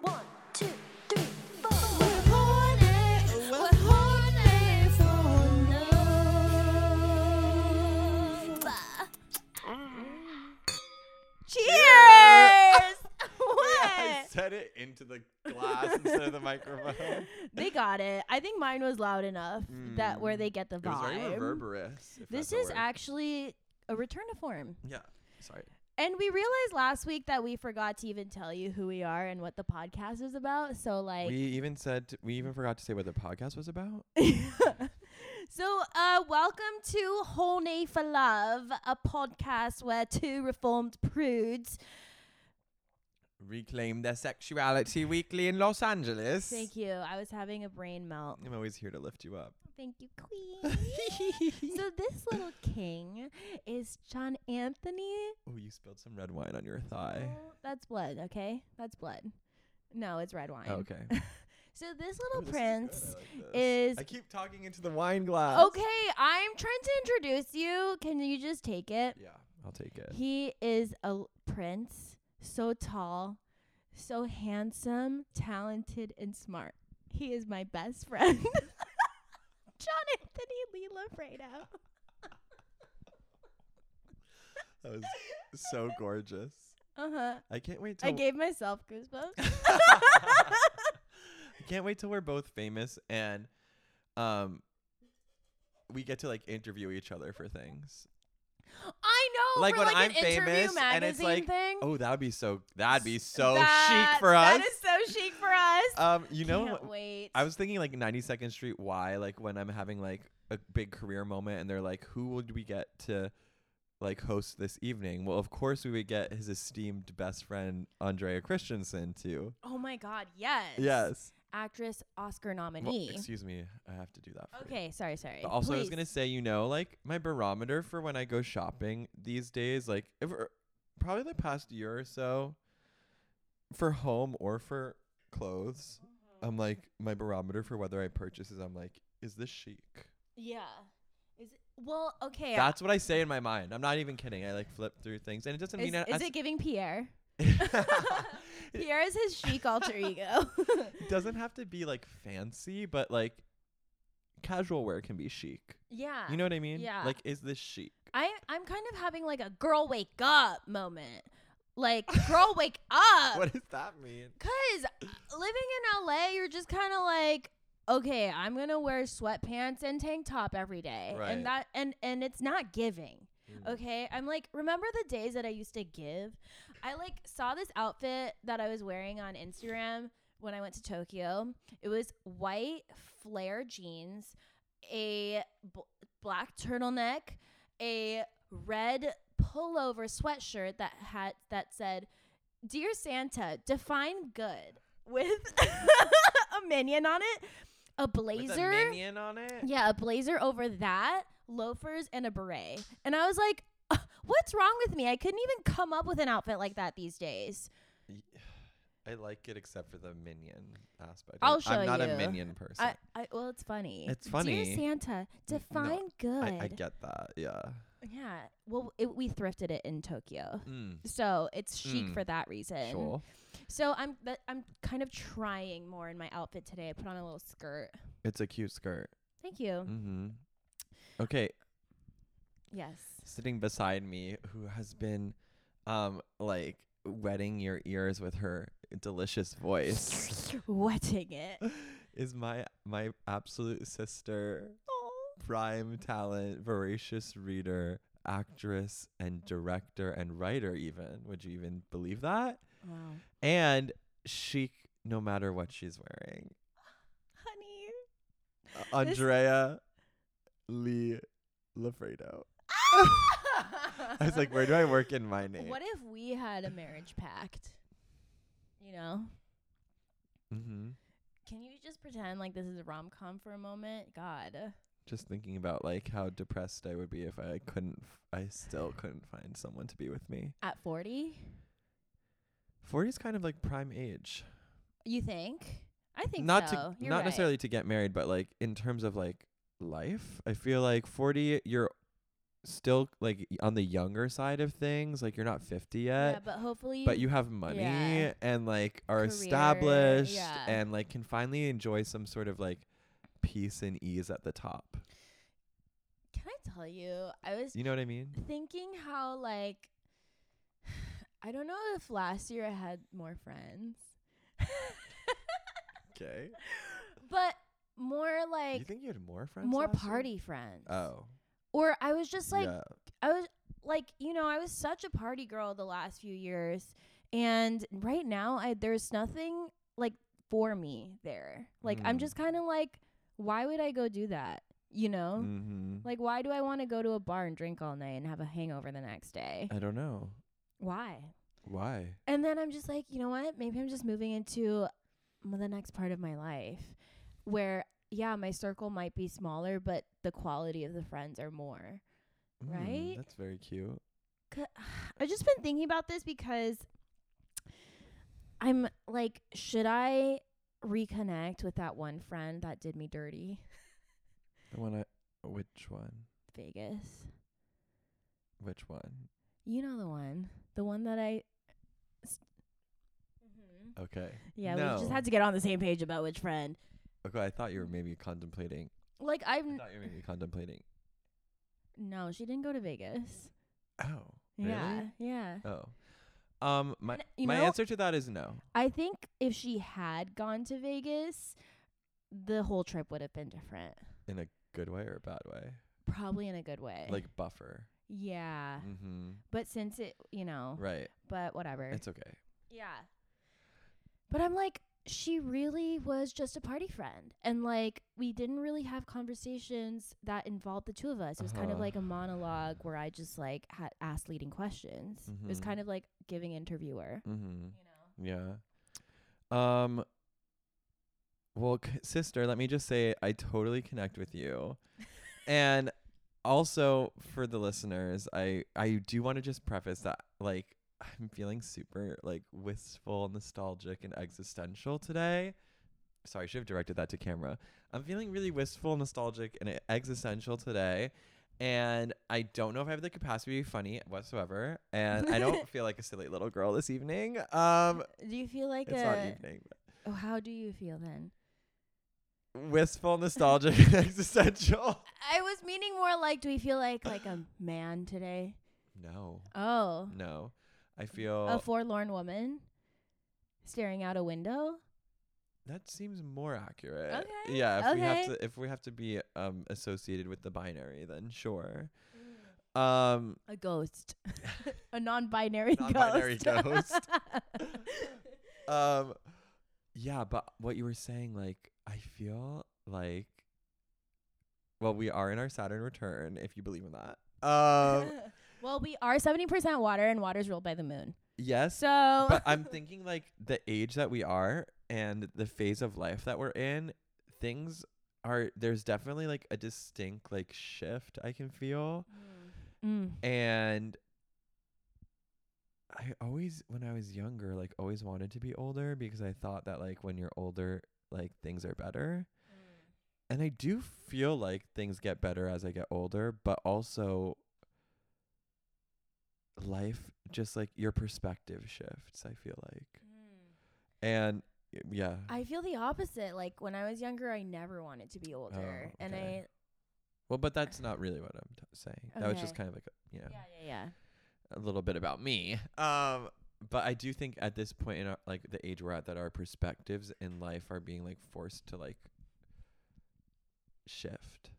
One, two, three, four. We're horny, we're horny for love. Cheers! I what? said it into the glass instead of the microphone. It they got it. I think mine was loud enough that Hmm. where they get the was vibe. very reverberous. if this that's a is word. actually a return to form. Yeah. Sorry. And we realized last week that we forgot to even tell you who we are and what the podcast is about. So like We even said we even forgot to say what the podcast was about. so uh welcome to Horny for Love, a podcast where two reformed prudes Reclaim their sexuality weekly in Los Angeles. Thank you. I was having a brain melt. I'm always here to lift you up. Thank you, Queen. so this little king is John Anthony. Oh, you spilled some red wine on your thigh. Oh, That's blood, okay? That's blood. No, it's red wine. Oh, okay. So this little Ooh, this is prince good. I like this. is I keep talking into the wine glass. Okay, I'm trying to introduce you. Can you just take it? Yeah, I'll take it. He is a l- prince, so tall, so handsome, talented, and smart. He is my best friend. John Anthony Leela Fredo. That was so gorgeous. Uh huh. I can't wait till I gave myself goosebumps. I can't wait till we're both famous and um we get to like interview each other for things. I know. Like for when like I'm an interview famous and it's magazine like, thing. Oh, that would be so that'd be so That- chic for us. That is so chic for us. um you know Can't what- wait. I was thinking like 92nd Street why like when I'm having like a big career moment and they're like who would we get to like host this evening? Well, of course we would get his esteemed best friend Andrea Christensen too. oh my god, yes. Yes. Actress Oscar Well, nominee. excuse me. I have to do that. For you. okay, sorry, sorry. But also, I was Please. gonna say, you know, like my barometer for when I go shopping these days, like ever, probably the past year or so, for home or for clothes, Mm-hmm. I'm like my barometer for whether I purchase is I'm like, is this chic? Yeah. Is it, well, okay. That's what I say in my mind. I'm not even kidding. I like flip through things, and it doesn't is, mean I- is I- it giving Pierre? It- Pierre is his chic alter ego. it doesn't have to be like fancy, but like casual wear can be chic. yeah. You know what I mean? yeah. Like, is this chic? I I'm kind of having like a girl wake up moment. Like girl wake up. What does that mean? Cause uh, living in LA, you're just kind of like, okay, I'm gonna wear sweatpants and tank top every day, Right. and that and and it's not giving. Mm. Okay, I'm like, remember the days that I used to give? I like saw this outfit that I was wearing on Instagram when I went to Tokyo. It was white flare jeans, a bl- black turtleneck, a red pullover sweatshirt that had that said Dear Santa, define good with a minion on it, a With blazer. a minion on it. yeah, a blazer over that, loafers, and a beret. And I was like, "Ugh, what's wrong with me? I couldn't even come up with an outfit like that these days. I like it except for the minion aspect. I'll I- show I'm not you. a minion person. I, I, well, it's funny. It's Dear funny. Santa, no, define good. I, I get that. Yeah. yeah. Well, it, we thrifted it in Tokyo. Mm, So it's chic Mm. for that reason. sure. So I'm th- I'm kind of trying more in my outfit today. I put on a little skirt. It's a cute skirt. Thank you. Mm-hmm. Okay, Yes. sitting beside me, who has been, um, like wetting your ears with her delicious voice, Wetting it. is my my absolute sister, Oh. prime talent, voracious reader, actress, and director and writer. Even would you even believe that? Wow. and chic no matter what she's wearing. Honey. Uh, This- Andrea Lee Lafredo. I was like, where do I work in my name? What if we had a marriage pact? You know? mm-hmm. Can you just pretend like this is a rom com for a moment? God. Just thinking about like how depressed I would be if I couldn't, f- I still couldn't find someone to be with me. At 40? 40 is kind of like prime age. You think? I think not so. to, You're not right. necessarily to get married, but like in terms of like life, I feel like 40, you're still like y- on the younger side of things. Like you're not 50 yet, yeah, but hopefully, but you have money yeah. and like are Career, established yeah. and like can finally enjoy some sort of like peace and ease at the top. can I tell you? I was You know what I mean? thinking how like I don't know if last year I had more friends, Okay. but more like you think you had more friends? more last year? party friends. Oh. Or I was just like yeah. I was like, you know, I was such a party girl the last few years, and right now, I there's nothing like for me there. Like, I'm Mm. just kind of like, why would I go do that? You know, Mm-hmm. like, why do I want to go to a bar and drink all night and have a hangover the next day? I don't know. Why? Why? And then I'm just like, you know what? Maybe I'm just moving into m- the next part of my life where, yeah, my circle might be smaller, but the quality of the friends are more. Mm, Right? That's very cute. C- I've just been thinking about this because I'm like, should I reconnect with that one friend that did me dirty? The one I which one? Vegas. Which one? You know the one. The one that I. s- Okay. Yeah, we just Uh, No. had to get on the same page about which friend. Okay, I thought you were maybe contemplating. Like, I've. I n- thought you were maybe contemplating. No, she didn't go to Vegas. Oh. Yeah, Really? yeah. Oh. Um my And, you my know- answer to that is no. I think if she had gone to Vegas, the whole trip would have been different. In a good way or a bad way? Probably in a good way. Like buffer. yeah. Mhm. But since it, you know, Right. but whatever. It's okay. yeah. But I'm like, she really was just a party friend. And like, we didn't really have conversations that involved the two of us. It was kind of Uh-huh. like a monologue where I just like had asked leading questions. It was Mhm. kind of like giving interviewer, Mhm. you know. Yeah. Um well, c- sister, let me just say I totally connect with you. and also for the listeners, I I do want to just preface that like I'm feeling super like wistful, nostalgic and existential today. Sorry, I should have directed that to camera. I'm feeling really wistful, nostalgic and e-, existential today. And I don't know if I have the capacity to be funny whatsoever. And I don't feel like a silly little girl this evening. Um, Do you feel like it's a. not evening. Oh, how do you feel then? but Wistful, nostalgic, and existential. I was meaning more like, do we feel like like a man today? No, Oh, no. I feel a forlorn woman staring out a window. that seems more accurate. Okay, Yeah. If we have okay. to, if we have to be um associated with the binary, then sure. Um, A ghost, a non-binary, Non-binary ghost. ghost. um, yeah. But what you were saying, like, I feel like, well, we are in our Saturn return, if you believe in that. Um, well, we are seventy percent water, and water's ruled by the moon. yes, So, but I'm thinking like the age that we are and the phase of life that we're in, things are there's definitely like a distinct like shift I can feel. Mm. And I always when I was younger, like always wanted to be older because I thought that like when you're older, like things are better. And I do feel like things get better as I get older, but also life just like your perspective shifts, I feel like. And y- yeah. I feel the opposite. Like when I was younger, I never wanted to be older, Oh, and I okay. well, but that's not really what I'm t- saying. That was just Okay. kind of like, a, you know, yeah yeah yeah. a little bit about me. Um, but I do think at this point in our, like the age we're at that our perspectives in life are being like forced to like shift.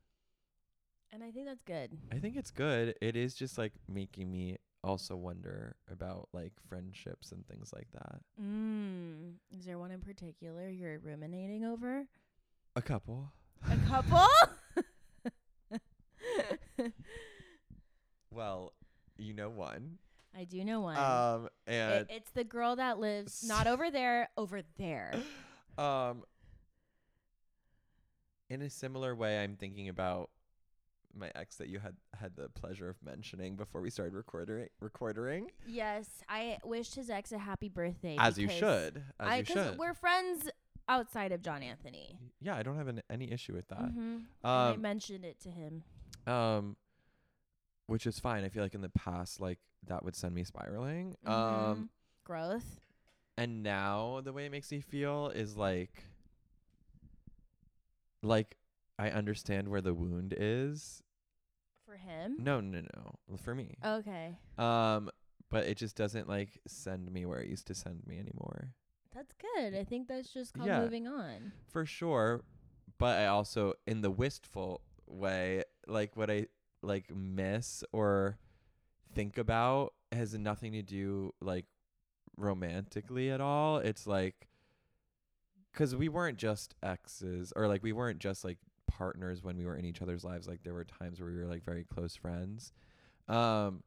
And I think that's good. I think it's good. It is just like making me also wonder about like friendships and things like that. Mm. Is there one in particular you're ruminating over? A couple. A couple? Well, you know one. I do know one. Um It- and it's the girl that lives not over there, over there. um in a similar way I'm thinking about my ex that you had had the pleasure of mentioning before we started recording recording Yes, I wished his ex a happy birthday. as you because should as I you should we're friends outside of John Anthony. yeah I don't Mm-hmm. have an, any issue with that Mhm. And I um mentioned it to him. um which is fine. I feel like in the past, like that would send me spiraling. Um, Mhm. growth. and now the way it makes me feel is like, like I understand where the wound is. For him? No, no, no, for me. Okay. Um, but it just doesn't like send me where it used to send me anymore, That's good. I think that's just called Yeah. moving on. for sure. But I also, in the wistful way, like what I like miss or think about has nothing to do like romantically at all. It's like because we weren't just exes or like we weren't just like partners when we were in each other's lives. Like there were times where we were like very close friends. Um,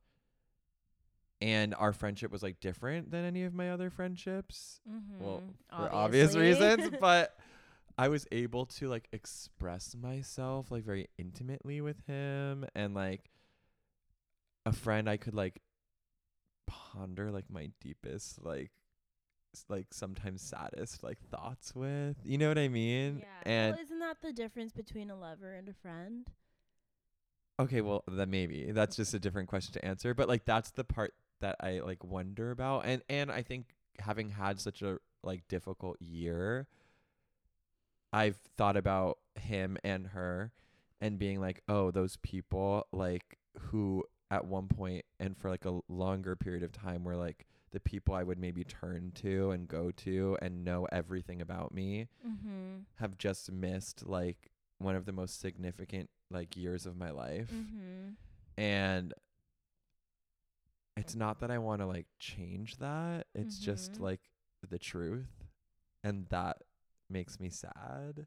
and our friendship was like different than any of my other friendships Mm-hmm. Well, for obvious reasons, but I was able to like express myself like very intimately with him and like a friend I could like ponder like my deepest like s- like sometimes saddest like thoughts with. You know what I mean? And well, isn't that the difference between a lover and a friend? okay, well then maybe that's just a different question to answer, but like that's the part that I like wonder about and and I think having had such a like difficult year I've thought about him and her and being like, oh, those people like who at one point and for like a longer period of time were like the people I would maybe turn to and go to and know everything about me Mm-hmm. have just missed like one of the most significant like years of my life Mm-hmm. and it's not that I want to like change that. It's just Mhm. like the truth and that makes me sad,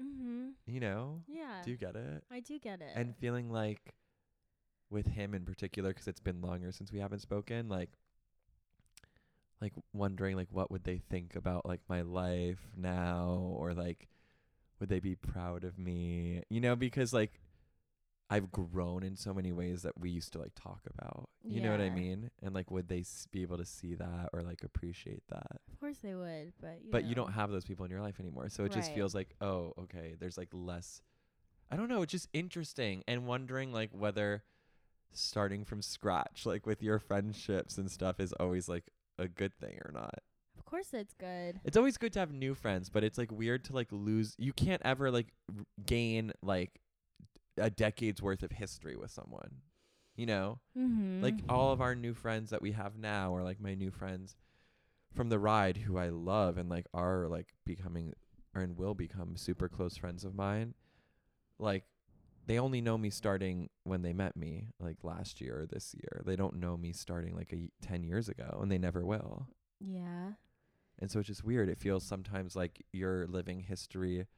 Mm-hmm. you know? Yeah. Do you get it? I do get it. And feeling like with him in particular cuz it's been longer since we haven't spoken like like wondering like what would they think about like my life now or like would they be proud of me? You know, because like I've grown in so many ways that we used to like talk about. You know what I Yeah. mean? And like would they s- be able to see that or like appreciate that? of course they would, but you but you know. don't have those people in your life anymore. So it just Right. feels like, oh, okay, there's like less. I don't know. It's just interesting and wondering like whether starting from scratch, like with your friendships and stuff, is always like a good thing or not. Of course it's good. It's always good to have new friends, but it's like weird to like lose. You can't ever like r- gain like a decade's worth of history with someone, you know? Mm-hmm. like all of our new friends that we have now are like my new friends from the ride who I love and like are like becoming or and will become super close friends of mine. Like they only know me starting when they met me, like last year or this year. They don't know me starting like a y- 10 years ago and they never will. yeah. And so it's just weird. It feels sometimes like your living history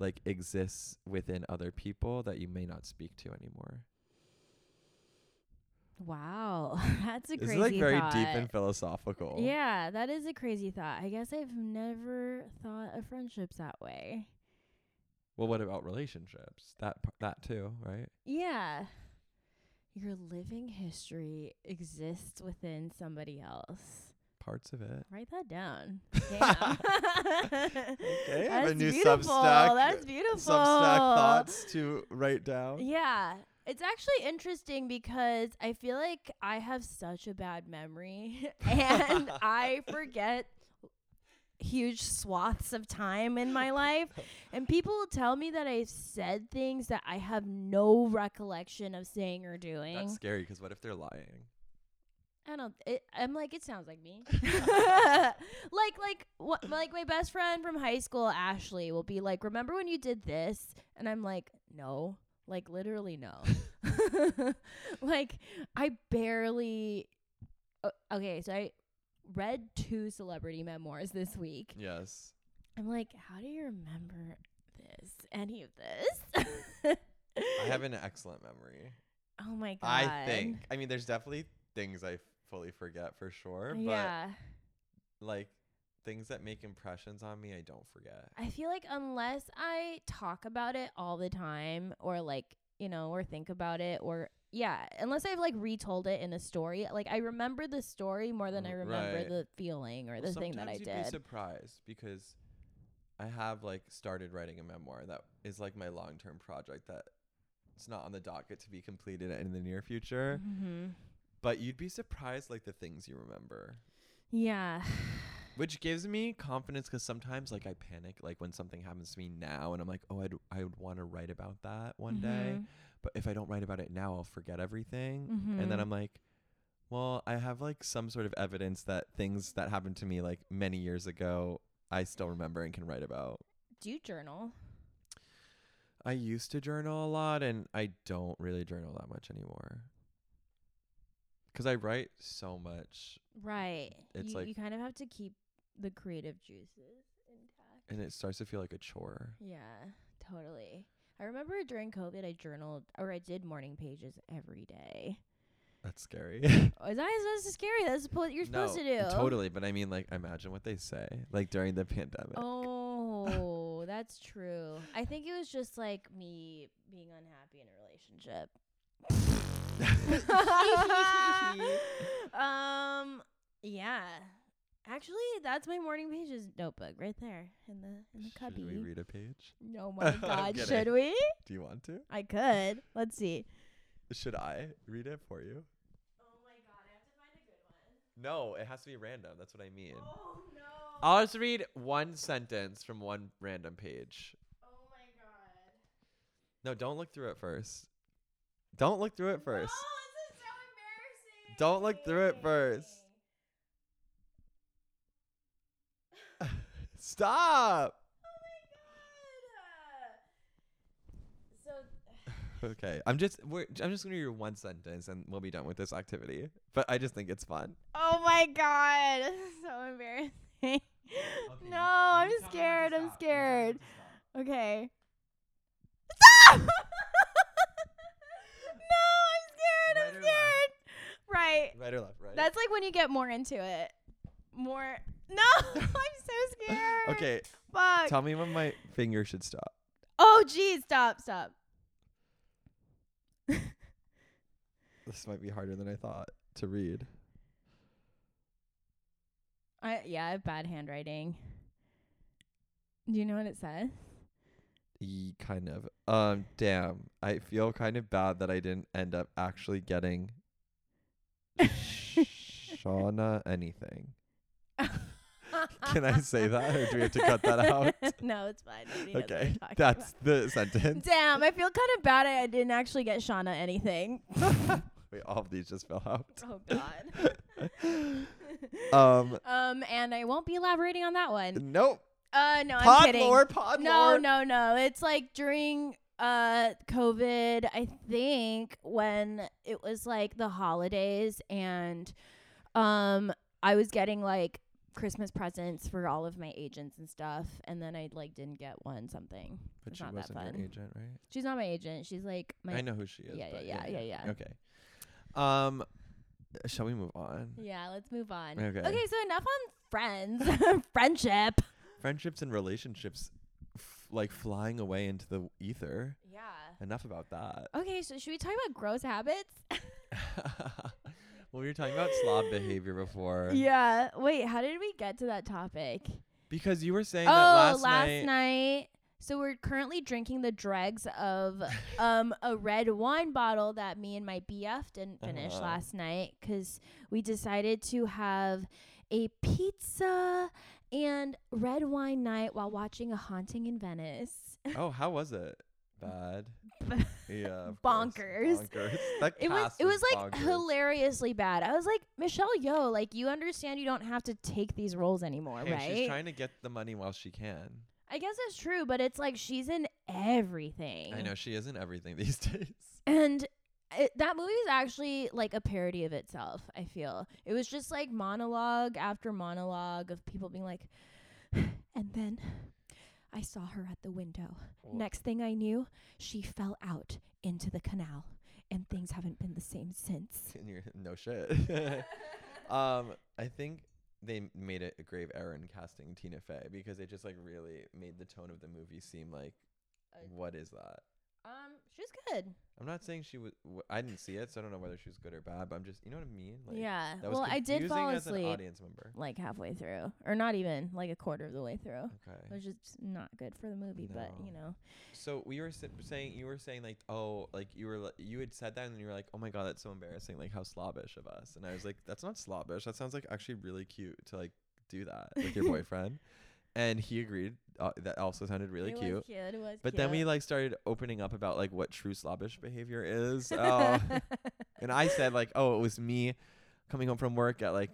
like exists within other people that you may not speak to anymore. Wow, that's a This crazy is like very thought. deep and philosophical. Yeah, that is a crazy thought. I guess I've never thought of friendships that way. Well, what about relationships? That p- that too, right? Yeah. Your living history exists within somebody else. Parts of it. Write that down. Damn. Okay, I have a That's new beautiful. Substack- That's beautiful. to write down. Yeah. It's actually interesting because I feel like I have such a bad memory and I forget huge swaths of time in my life. And people will tell me that I've said things that I have no recollection of saying or doing. That's scary because what if they're lying? I don't. It, I'm like, it sounds like me. like, like what? Like my best friend from high school, Ashley, will be like, "Remember when you did this?" And I'm like, "No, like literally no." like I barely. o- okay, so I read two celebrity memoirs this week. Yes. I'm like, how do you remember this? Any of this? I have an excellent memory. Oh my god. I think. I mean, there's definitely things I fully forget for sure, but Yeah. like things that make impressions on me, I don't forget. I feel like unless I talk about it all the time or like, you know, or think about it or yeah, unless I've like retold it in a story, like I remember the story more than I Mm, remember right. the feeling or Well, the thing that I sometimes You'd be did. surprised because I have like started writing a memoir that is like my long term project that it's not on the docket to be completed in the near future. Mm-hmm. But you'd be surprised, like the things you remember, Yeah. which gives me confidence because sometimes, like, I panic, like when something happens to me now, and I'm like, oh, I'd I would want to write about that one Mm-hmm. day, but if I don't write about it now, I'll forget everything, and then Mhm. I'm like. Well, I have like some sort of evidence that things that happened to me like many years ago, I still remember and can write about. Do you journal? I used to journal a lot and I don't really journal that much anymore. Cuz I write so much Right. It's you, like- you kind of have to keep the creative juices intact. and it starts to feel like a chore. Yeah, totally. I remember during COVID, I journaled or I did morning pages every day. That's scary. Oh, Is that is that scary? That's what you're supposed to do. Totally, but I mean like imagine what they say like during the pandemic. Oh, that's true. I think it was just like me being unhappy in a relationship. um, yeah. Actually, that's my morning pages notebook right there in the in the Should we cubby. read a page? Oh my I'm god, should kidding. we? Do you want to? I could. Let's see. Should I read it for you? Oh my god, I have to find a good one. No, it has to be random. That's what I mean. Oh no. I'll just read one sentence from one random page. Oh my god. No, don't look through it first. Don't look through it first. Oh, this is so embarrassing. Don't look through it first. Stop. So Okay, I'm just we're, I'm just gonna read one sentence and we'll be done with this activity. But I just think it's fun. Oh my god. This is so embarrassing. no, I'm scared. I'm scared. Okay. Stop! no, I'm scared. Right or I'm left? scared. Right. Right or left, right? That's like when you get more into it. More No, I'm so scared. okay. Fuck. Tell me when my finger should stop. Oh geez, stop, stop. This might be harder than I thought to read. I yeah, I have bad handwriting. Do you know what it says? E kind of. Um, damn. I feel kind of bad that I didn't end up actually getting Shauna anything. Can I say that, or do we have to cut that out? no, it's fine. Nobody knows what Okay, we're talking that's the sentence. about. Damn, I feel kind of bad. I I didn't actually get Shauna anything. Wait, all of these just fell out. oh God. Um, um, and I won't be elaborating on that one. nope. Uh, no, I'm Pod kidding. lore, pod no, lore. no, no. It's like during uh COVID, I think when it was like the holidays and um I was getting like Christmas presents for all of my agents and stuff and then I like didn't get one something. But it's she not that wasn't fun. your agent, right? She's not my agent. She's like my I know who she is. yeah, but yeah, yeah, yeah, yeah. Okay. Um, shall we move on? Yeah, let's move on. Okay. Okay, so enough on friends. Friendship. Friendships and relationships, f- like flying away into the ether. Yeah. Enough about that. Okay, so should we talk about gross habits? well, we were talking about slob behavior before. yeah. Wait, how did we get to that topic? Because you were saying oh, that last, night. So we're currently drinking the dregs of um a red wine bottle that me and my BF didn't finish Uh-huh. last night 'cause we decided to have a pizza and red wine night while watching A Haunting in Venice. Oh, how was it? Bad. yeah. of course. Bonkers. Bonkers. That It was cast it was like bonkers. hilariously bad. I was like, Michelle Yo, like you understand you don't have to take these roles anymore, Hey, right? She's trying to get the money while she can. I guess that's true, but it's like she's in everything. I know she isn't everything these days. And it, that movie is actually like a parody of itself, I feel. It was just like monologue after monologue of people being like, and then I saw her at the window. Oh. Next thing I knew, she fell out into the canal, and things haven't been the same since. And you're- no shit. um, I think they m- made it a grave error in casting Tina Fey because they just like really made the tone of the movie seem like, Uh, what is that? Um, she was good. I'm not saying she was. W- I didn't see it, so I don't know whether she was good or bad. But I'm just, you know what I mean? yeah. That was Well, I did confusing fall as an asleep audience member. like halfway through, or not even like a quarter of the way through, Okay. which is not good for the movie. But No. you know, So we were si- saying you were saying like, oh, like you were li- you had said that, and you were like, oh my god, that's so embarrassing. Like how slobbish of us. And I was like, that's not slobbish. That sounds like actually really cute to like do that with your boyfriend. And he agreed. Uh, that also sounded really it cute. was cute. It was. But then we cute. like started opening up about like what true slobbish behavior is. Oh. and I said like, "Oh, it was me coming home from work at like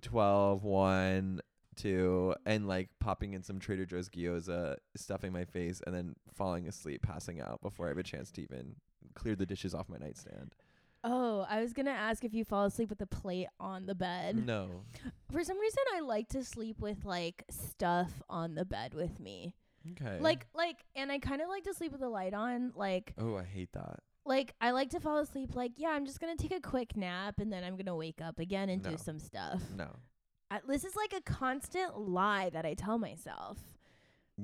12, 1, 2 and like popping in some Trader Joe's gyoza, stuffing my face and then falling asleep, passing out before I have a chance to even clear the dishes off my nightstand." oh, I was gonna ask if you fall asleep with a plate on the bed. No. For some reason, I like to sleep with like stuff on the bed with me. Okay. Like, like, and I kind of like to sleep with the light on. Like, Oh, I hate that. like I like to fall asleep. Like, yeah, I'm just gonna take a quick nap and then I'm gonna wake up again and No. do some stuff. No. I, this is like a constant lie that I tell myself.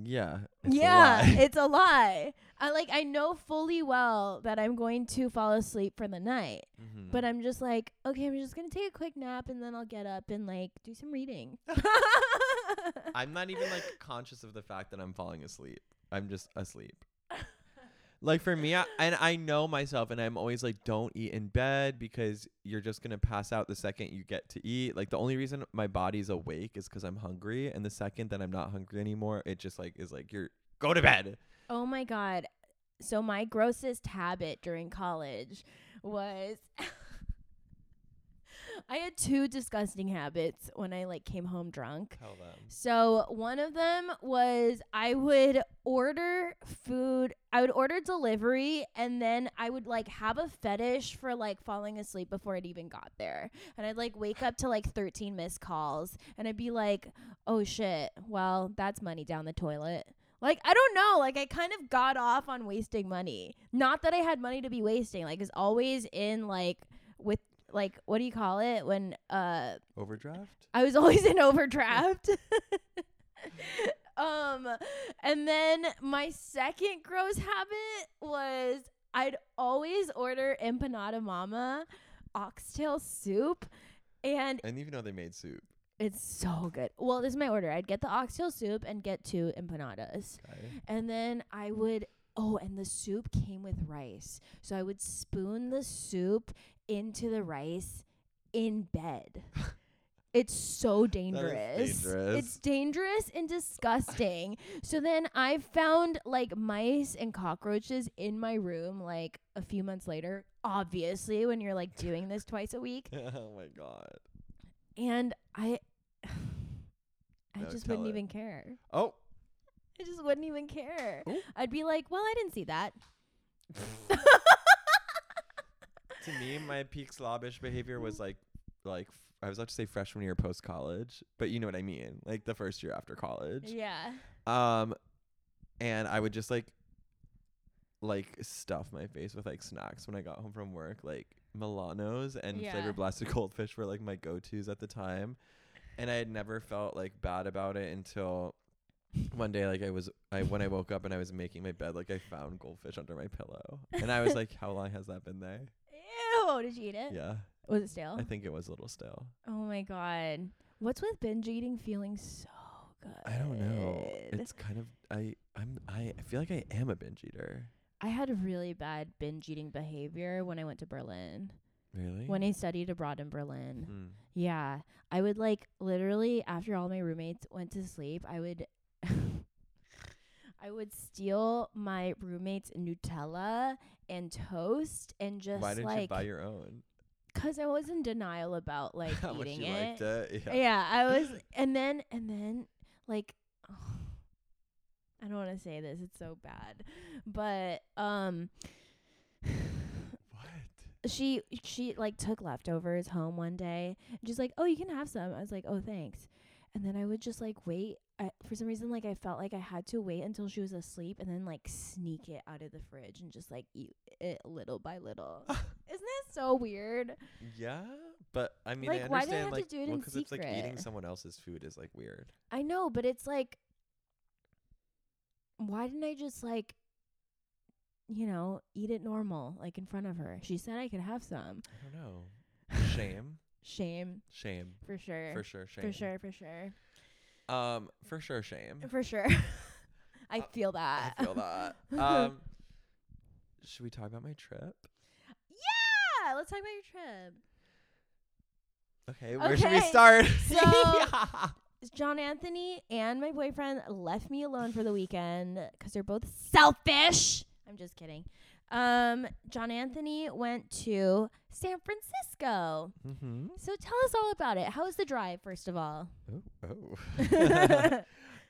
Yeah. it's a yeah, lie. it's a lie. I like I know fully well that I'm going to fall asleep for the night, Mhm. but I'm just like, okay, I'm just gonna take a quick nap and then I'll get up and like do some reading. I'm not even like conscious of the fact that I'm falling asleep. I'm just asleep. like for me, I, and I know myself, and I'm always like, don't eat in bed because you're just gonna pass out the second you get to eat. Like the only reason my body's awake is because I'm hungry, and the second that I'm not hungry anymore, it just like is like you're go to bed. Oh my god. So my grossest habit during college was I had two disgusting habits when I like came home drunk. Tell them. So one of them was I would order food, I would order delivery and then I would like have a fetish for like falling asleep before it even got there. And I'd like wake up to like 13 missed calls and I'd be like, "Oh shit. Well, that's money down the toilet." Like I don't know, like I kind of got off on wasting money. Not that I had money to be wasting, like it's always in like with like what do you call it when uh Overdraft. I was always in overdraft. um and then my second gross habit was I'd always order empanada mama oxtail soup and I didn't even know they made soup. it's so good. Well, this is my order. I'd get the oxtail soup and get two empanadas. Okay. And then I would oh, and the soup came with rice. So I would spoon the soup into the rice in bed. It's so dangerous. dangerous. It's dangerous and disgusting. so then I found like mice and cockroaches in my room like a few months later. Obviously, when you're like doing this twice a week, oh my god. and I, I No, just tell wouldn't it. even care. Oh. I just wouldn't even care. Ooh. I'd be like, well, I didn't see that. to me, my peak slobbish behavior was like, like f- I was about to say freshman year post college, but you know what I mean, like the first year after college. Yeah. Um, and I would just like, like stuff my face with like snacks when I got home from work, like Milanos and Yeah. flavored blasted goldfish were like my go tos at the time, and I had never felt like bad about it until. One day, like I was, I when I woke up and I was making my bed, like I found goldfish under my pillow, and I was like, "How long has that been there?" Ew. Did you eat it? Yeah. Was it stale? I think it was a little stale. oh my God. What's with binge eating feeling so good? I don't know. Uh, It's kind of I I'm I I feel like I am a binge eater. I had really bad binge eating behavior when I went to Berlin. Really? When I studied abroad in Berlin. Mm. Yeah. I would like literally after all my roommates went to sleep, I would I would steal my roommate's Nutella and toast and just Why didn't like you buy your own? cuz I was in denial about like How much eating you liked it. it? Yeah. Yeah. I was and then and then like I don't want to say this, it's so bad. But um What? she she like took leftovers home one day and she's like oh you can have some i was like oh thanks and then i would just like wait I, for some reason like i felt like i had to wait until she was asleep and then like sneak it out of the fridge and just like eat it little by little isn't that so weird Yeah, but I mean, I Like, understand why do they have to like do it well, in 'cause it's like eating secret? someone else's food is like weird. i know but it's like why didn't i just like you know, eat it normal, like in front of her. She said I could have some. I don't know. Shame. Shame Shame. for sure. For sure. Shame. For sure. For sure. Um, for sure. Shame. For sure. I Uh, feel I that. feel that. Um, should we talk about my trip? yeah, let's talk about your trip. Okay. Where should we Okay, start? so- Yeah. John Anthony and my boyfriend left me alone for the weekend because they're both selfish. I'm just kidding. Um, John Anthony went to San Francisco. Mm-hmm. So tell us all about it. How was the drive, first of all? Oh. yeah.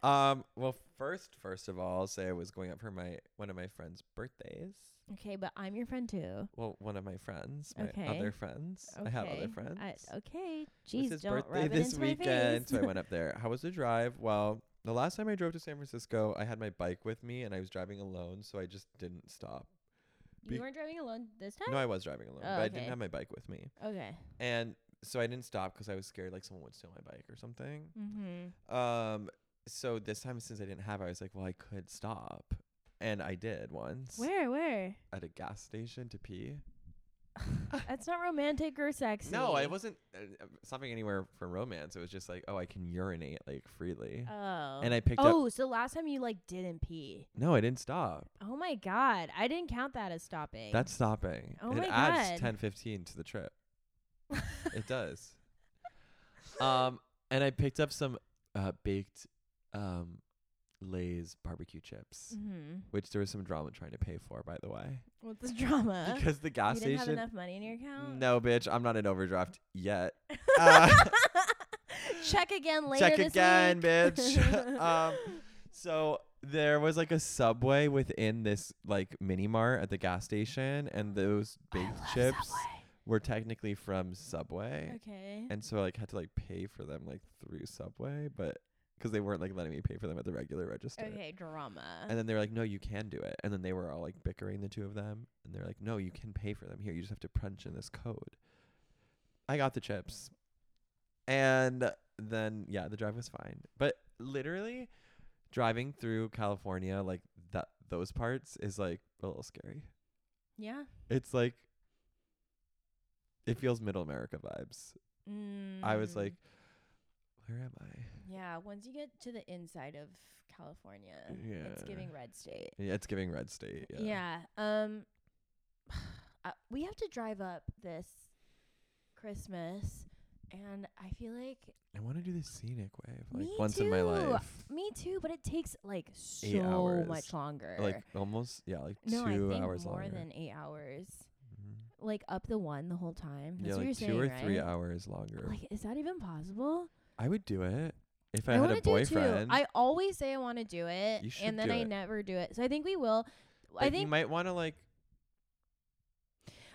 oh. um. Well, first, first of all, I'll say I was going up for my one of my friends' birthdays. Okay, but I'm your friend too. Well, one of my friends, my Okay. other friends. I have other friends. I- okay. It was Jeez, his don't birthday rub it this into weekend, my so I went up there. How was the drive? Well, the last time I drove to San Francisco, I had my bike with me, and I was driving alone, so I just didn't stop. you be- weren't driving alone this time? No, I was driving alone, Oh, but I okay. didn't have my bike with me, Okay. and so I didn't stop because I was scared like someone would steal my bike or something. Mm-hmm. Um, so this time since I didn't have, it, I was like, well, I could stop, and I did once Where? Where? at a gas station to pee. That's not romantic or sexy. No, I wasn't uh, uh, stopping anywhere for romance. It was just like, oh, I can urinate like freely. Oh. and I picked up. oh, so last time you like didn't pee. No, I didn't stop. Oh my god, I didn't count that as stopping. That's stopping. Eh. Oh it my adds God. ten fifteen to the trip. It does. um, and I picked up some uh, baked um, Lay's barbecue chips, Mm-hmm. which there was some drama trying to pay for, by the way, What's the drama? because the Uh, you gas didn't have station. enough money in your account. No, bitch, I'm not in overdraft yet. Uh, Check again later. Check this again, week. bitch. Um, So there was like a subway within this like mini mart at the gas station, and those I baked love chips Oh, Subway. were technically from Subway, Okay. and so I like had to like pay for them like through Subway, but because they weren't like letting me pay for them at the regular register. Okay, drama. And then they were like, "No, you can do it." And then they were all like bickering the two of them, and they're like, "No, you can pay for them here. You just have to punch in this code." I got the chips, and then yeah, the drive was fine. But literally, driving through California like that those parts is like a little scary. yeah. It's like it feels Middle America vibes. Mm. I was like, "Where am I?" yeah. Once you get to the inside of California, it's Yeah. giving red state. Yeah, it's giving red state. Yeah. Yeah. Um, uh, we have to drive up this Christmas, and I feel like I want to do the scenic wave like Me once in my too. life. me too, but it takes like so hours. much longer. like almost yeah like no, two I think hours more longer than eight hours. Mhm. Like up the one the whole time. That's yeah what like you're two saying, or right? three hours longer Like, is that even possible? i would do it if i, I had want a to do it too. boyfriend I always say I want to do it, You should and then do I it. never do it. So I think we will. But I you think might want to like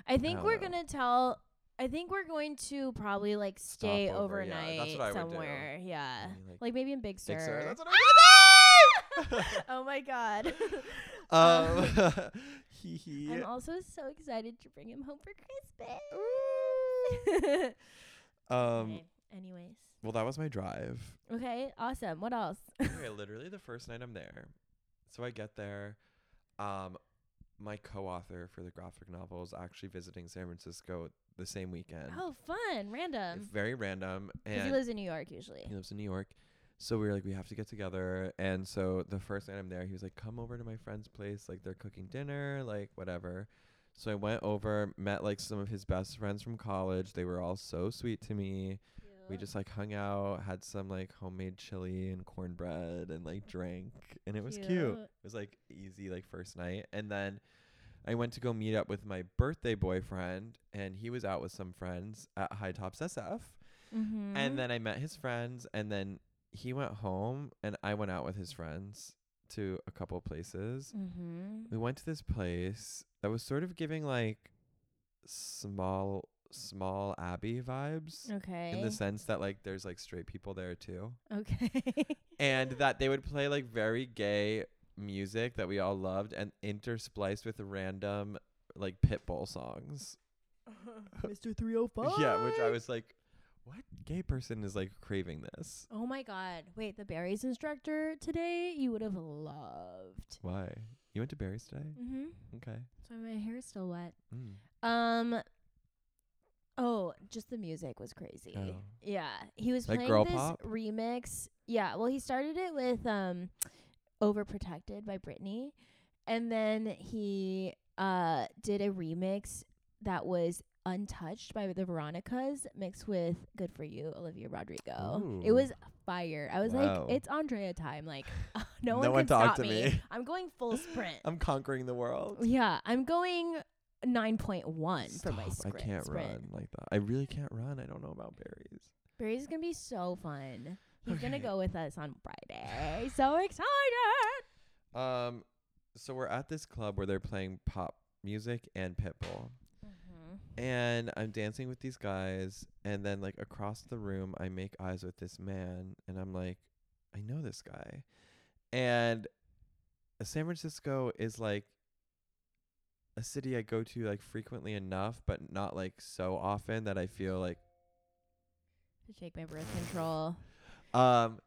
I think don't we're know. gonna tell. I think we're going to probably like stay over, yeah, overnight that's what I would do. somewhere. Yeah, maybe, like, like maybe in Big Sur. Big Sur, that's what oh my god! I would do. um hee hee. I'm also so excited to bring him home for Christmas. um Okay, Anyways, well that was my drive okay, awesome. What else? okay literally the first night i'm there so i get there um my co-author for the graphic novel is actually visiting san francisco the same weekend oh, fun, It's random. very random 'Cause and he lives in New York usually. He lives in New York. So we were like, we have to get together. And so the first night I'm there, he was like, come over to my friend's place. Like, they're cooking dinner, like, whatever. So I went over, met like some of his best friends from college. They were all so sweet to me. We just like hung out, had some like homemade chili and cornbread and like drank. And it was cute. It was like easy, like, first night. And then I went to go meet up with my birthday boyfriend, and he was out with some friends at High Tops SF. Mm-hmm. And then I met his friends, and then he went home, and I went out with his friends to a couple places. Mm-hmm. We went to this place that was sort of giving like small, small Abbey vibes Okay. in the sense that like there's like straight people there too, okay. and that they would play like very gay music that we all loved and interspliced with random like pitbull songs. Mr. 305. Yeah, which I was like, what gay person is like craving this? Oh my god. Wait, the berries instructor today, you would have loved. Why? You went to Barry's today? Mm-hmm. Okay. So my hair's still wet. Mm. Um. Oh, just the music was crazy. Oh. Yeah, he was Like playing girl this pop? remix. Yeah, well, he started it with um, "Overprotected" by Britney, and then he uh did a remix that was "Untouched" by the Veronicas, mixed with "Good for You" Olivia Rodrigo. It Ooh. was fire. I was Wow. like, "It's Andrea time!" Like, no No one, one can talk stop to me. me. I'm going full sprint. I'm conquering the world. Yeah, I'm going 9.1 for my Stop, script. I can't sprint. run like that. I really can't run. I don't know about Barry's. Barry's going to be so fun. He's going to Okay. go with us on Friday. so excited. Um, so we're at this club where they're playing pop music and Pitbull. Mm-hmm. And I'm dancing with these guys, and then like across the room, I make eyes with this man, and I'm like, I know this guy. And uh, San Francisco is like a city I go to like frequently enough, but not like so often that I feel like Shake my birth control. um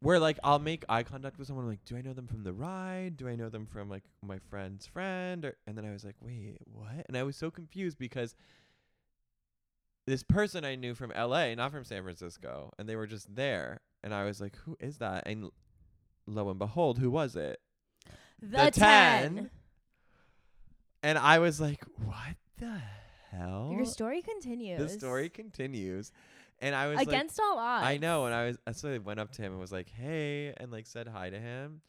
where like I'll make eye contact with someone like, do I know them from the ride? Do I know them from like my friend's friend? Or, and then I was like, wait, what? And I was so confused because this person I knew from LA, not from San Francisco, and they were just there. And I was like, who is that? And l- lo and behold, who was it? The, 10. 10. And I was like, what the hell? Your story continues. the Oh. story continues. And I was like, Against all odds. I know, and I was I so I went up to him and was like, "Hey," and like said hi to him.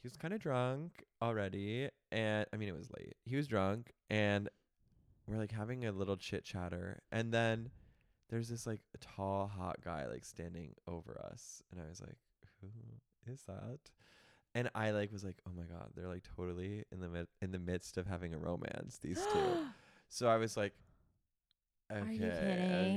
He was kind of drunk already, and I mean it was late. He was drunk, and we're like having a little chit chatter, and then there's this like tall, hot guy like standing over us, and I was like, "Who is that?" And I like was like, "Oh my god, they're like totally in the mid- in the midst of having a romance." These two. So I was like, you okay, I'm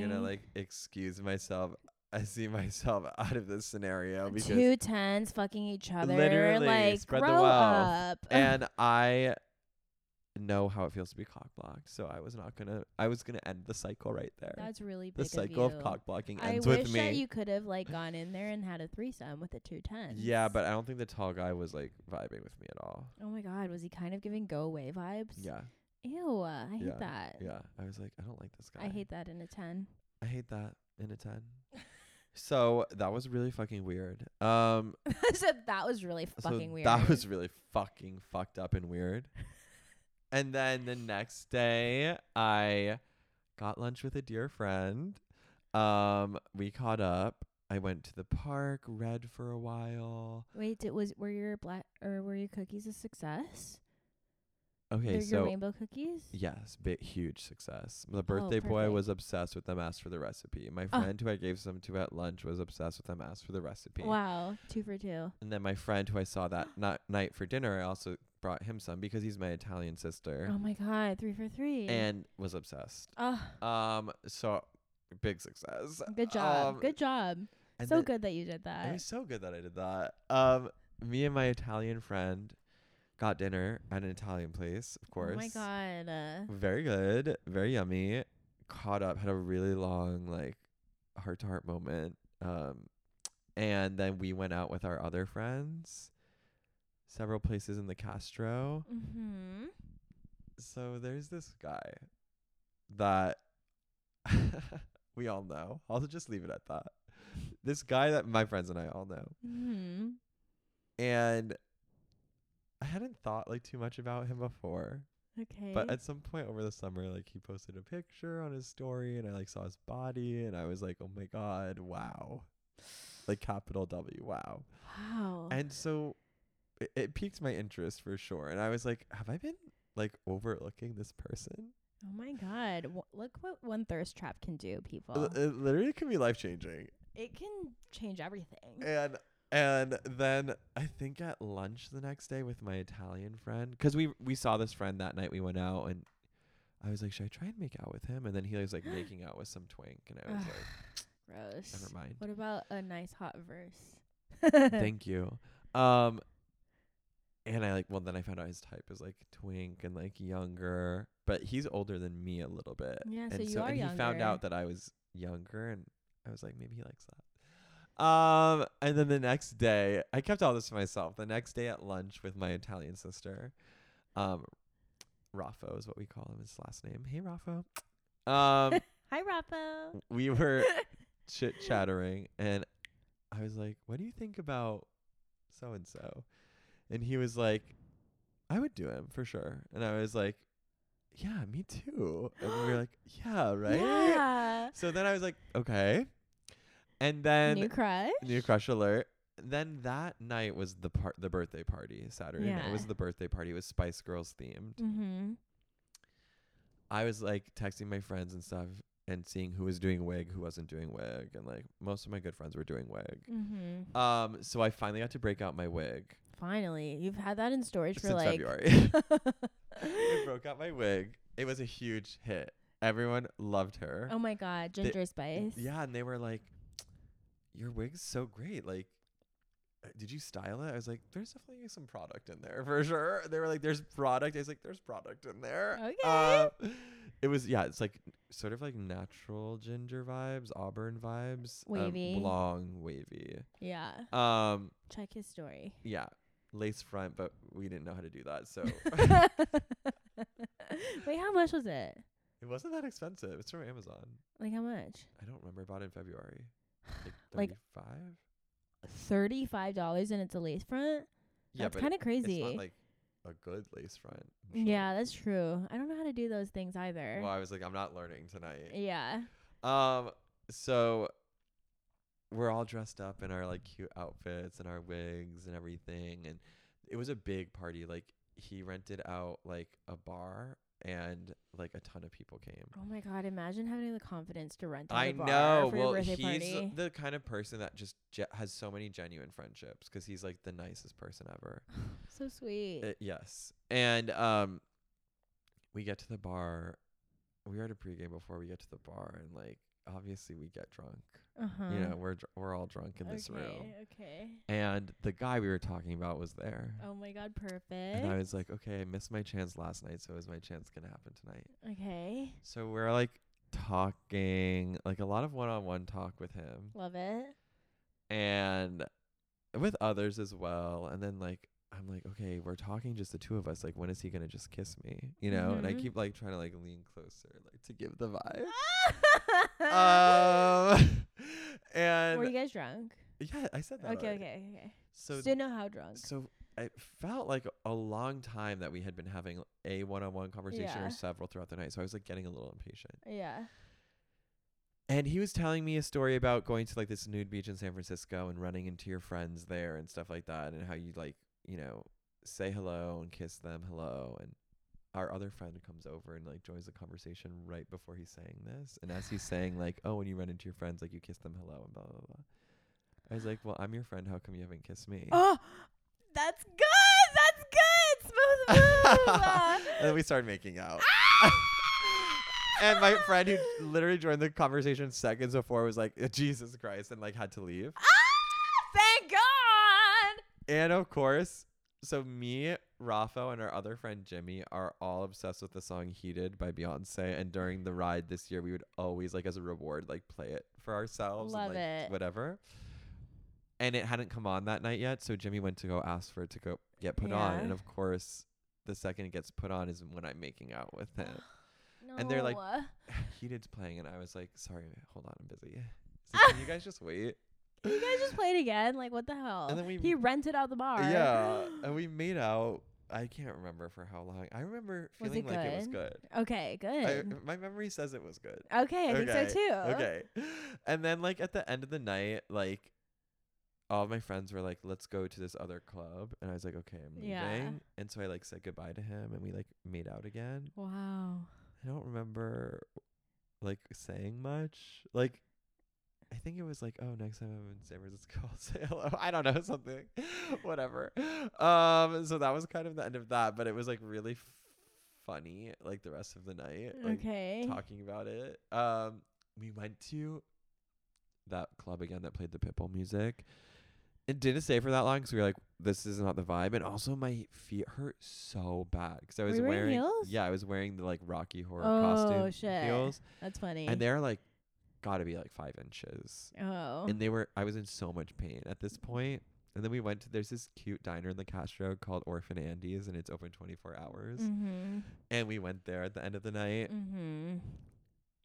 gonna kidding? like excuse myself. I see myself out of this scenario because Two tens fucking each other. Literally, like, spread the grow wealth. up. and I know how it feels to be cock blocked. So I was not gonna. I was gonna end the cycle right there. That's really big the cycle of, you. cock blocking I ends wish with that me. you could have like gone in there and had a threesome with the two tens. yeah, but I don't think the tall guy was like vibing with me at all. Oh my god, was he kind of giving go away vibes? Yeah, Ew, I hate Yeah, that. yeah. I was like, I don't like this guy. uh, I hate that in a 10. I hate that in a ten. so that was really fucking weird. Um, so that was really fucking so weird. That was really fucking fucked up and weird. and then the next day, I got lunch with a dear friend. Um, we caught up. I went to the park, read for a while. Wait, did, was were your black or were your cookies a success? Okay, They're your so rainbow cookies? yes, big huge success. The birthday boy perfect. was obsessed with them. Asked for the recipe. My Oh. friend who I gave some to at lunch was obsessed with them. Asked for the recipe. Wow, 2 for 2. And then my friend who I saw that not night for dinner, I also brought him some because he's my Italian sister. Oh my god, 3 for 3. and was obsessed. Ugh, Um, so big success. good job. Um, good job. and So then- good that you did It that. was so good that I did that. Um, me and my Italian friend got dinner at an Italian place, of course. Oh my god. Uh, Very good, very yummy. Caught up, had a really long like heart to heart moment. Um, and then we went out with our other friends. Several places in the Castro. mhm. so there's this guy that we all know. I'll just leave it at that. This guy that my friends and I all know. Mhm. And I hadn't thought like too much about him before. Okay. But at some point over the summer, like he posted a picture on his story and I like saw his body and I was like, Oh my god, wow. Like capital W, wow. wow. And so it, it piqued my interest for sure. And I was like, Have I been like overlooking this person? oh my god. W- look what one thirst trap can do, people. L- it literally can be life changing. it can change everything. And and then I think at lunch the next day with my Italian friend, 'cause we we saw this friend that night we went out and I was like, should I try and make out with him? And then he was like making out with some twink, and I was Ugh. like, Gross. never mind. What about a nice hot verse? Thank you. Um, and I like well then I found out his type is like twink and like younger, but he's older than me a little bit. Yeah, so and you are and he found younger. out that I was younger, and I was like, maybe he likes that. Um, and then the next day, I kept all this to myself. The next day at lunch with my Italian sister, um, Raffo is what we call him, his last name. Hey, Raffo. Um, Hi, Rafa. we were chit chattering, and I was like, "What do you think about so and so?" And he was like, "I would do him for sure." And I was like, "Yeah, me too." And we were like, "Yeah, right." Yeah. So then I was like, "Okay," and then New crush. New crush alert. Then that night was the part the birthday party Saturday. night Yeah. was the birthday party. It was Spice Girls themed. Mm-hmm. I was like texting my friends and stuff and seeing who was doing wig, who wasn't doing wig, and like most of my good friends were doing wig. Mm-hmm. Um, so I finally got to break out my wig Finally, you've had that in storage for since like. February. I broke out my wig. It was a huge hit. Everyone loved her. oh my god, ginger And- spice. Yeah, and they were like, "Your wig's so great! Like, uh, did you style it?" I was like, "There's definitely some product in there for sure." They were like, "There's product." I was like, "There's product in there." Okay. Uh, it was yeah. It's like sort of like natural ginger vibes, auburn vibes, um, Wavy. long wavy. Yeah. Um, Check his story. yeah, lace front, but we didn't know how to do that, so Wait, how much was it? it wasn't that expensive. It's from Amazon. Like how much? I don't remember. I bought it in February. Like Like- thirty-five. Thirty-five dollars and it's a lace front. yeah, that's but kind of crazy. It's not like a good lace front. I'm sure. yeah, that's true. I don't know how to do those things either. Well, I was like, I'm not learning tonight. yeah. Um, so we're all dressed up in our like cute outfits and our wigs and everything, and it was a big party. Like he rented out like a bar, and like a ton of people came. Oh my god! Imagine having the confidence to rent. out I a bar know. For Well, your birthday he's uh, party. the kind of person that just ge- has so many genuine friendships 'cause he's like the nicest person ever. so sweet. Uh, yes. And um we get to the bar. We already pregame before we get to the bar and like obviously we get drunk. Uh huh. You know, we're dr- we're all drunk in this okay, room. Okay. And the guy we were talking about was there. Oh my god! And I Perfect. was like, "Okay, I missed my chance last night, so is my chance going to happen tonight?" Okay. So we're like talking, like a lot of one-on-one talk with him. Love it. and with others as well. And then like I'm like, okay, we're talking just the two of us. Like, when is he gonna just kiss me? You know? And I Mhm. keep like trying to like lean closer, like to give the vibe. um, and Were you guys drunk? yeah, I said that. Okay, already. okay, okay. So Still know how drunk. so it felt like a long time that we had been having a one-on-one conversation Yeah. or several throughout the night. So I was like getting a little impatient. Yeah. And he was telling me a story about going to like this nude beach in San Francisco and running into your friends there and stuff like that, and how you like, you know, say hello and kiss them hello. And our other friend comes over and like joins the conversation right before he's saying this. And as he's saying, like, oh, when you run into your friends, like you kiss them hello and blah, blah, blah. I was like, well, I'm your friend. How come you haven't kissed me? Oh, that's good. That's good. Smooth move. Uh, and then we started making out. and my friend who literally joined the conversation seconds before was like, Jesus Christ, and like had to leave. Ah, thank God. And of course, so me, Rafa, and our other friend Jimmy are all obsessed with the song Heated by Beyonce. And during the ride this year, we would always, like, as a reward, like play it for ourselves. Love and, like, it. Whatever. And it hadn't come on that night yet. So Jimmy went to go ask for it to go get put on. Yeah. And of course, the second it gets put on is when I'm making out with him. No. And they're like- Heated's playing. And I was like, sorry, hold on, I'm busy. He's like, Can you guys just wait? you guys just played again. Like, what the hell? And then we- he rented out the bar. Yeah, and we made out. I can't remember for how long. I remember Was feeling it like it was good? good. okay, I, good. my memory says it was good. okay, I think so too. Okay. And then like at the end of the night, like all my friends were like, "Let's go to this other club," and I was like, "Okay, I'm leaving." Yeah. And so I like said goodbye to him, and we like made out again. Wow. I don't remember like saying much. Like I think it was like, oh, next time I'm in San Francisco, I'll say hello. I don't know something, whatever. Um, so that was kind of the end of that, but it was like really f- funny. Like the rest of the night, like Mm, okay. talking about it. Um, we went to that club again that played the Pitbull music. It didn't stay for that long because we were like, this is not the vibe. And also, my feet hurt so bad because I Were was you wearing wearing heels? yeah, I was wearing the like Rocky Horror Oh, costume shit. heels, That's funny. and they're like got to be like five inches. Oh. And they were, I was in so much pain at this point. And then we went to, there's this cute diner in the Castro called Orphan Andy's and it's open 24 hours. Mm-hmm. And we went there at the end of the night. Mm-hmm.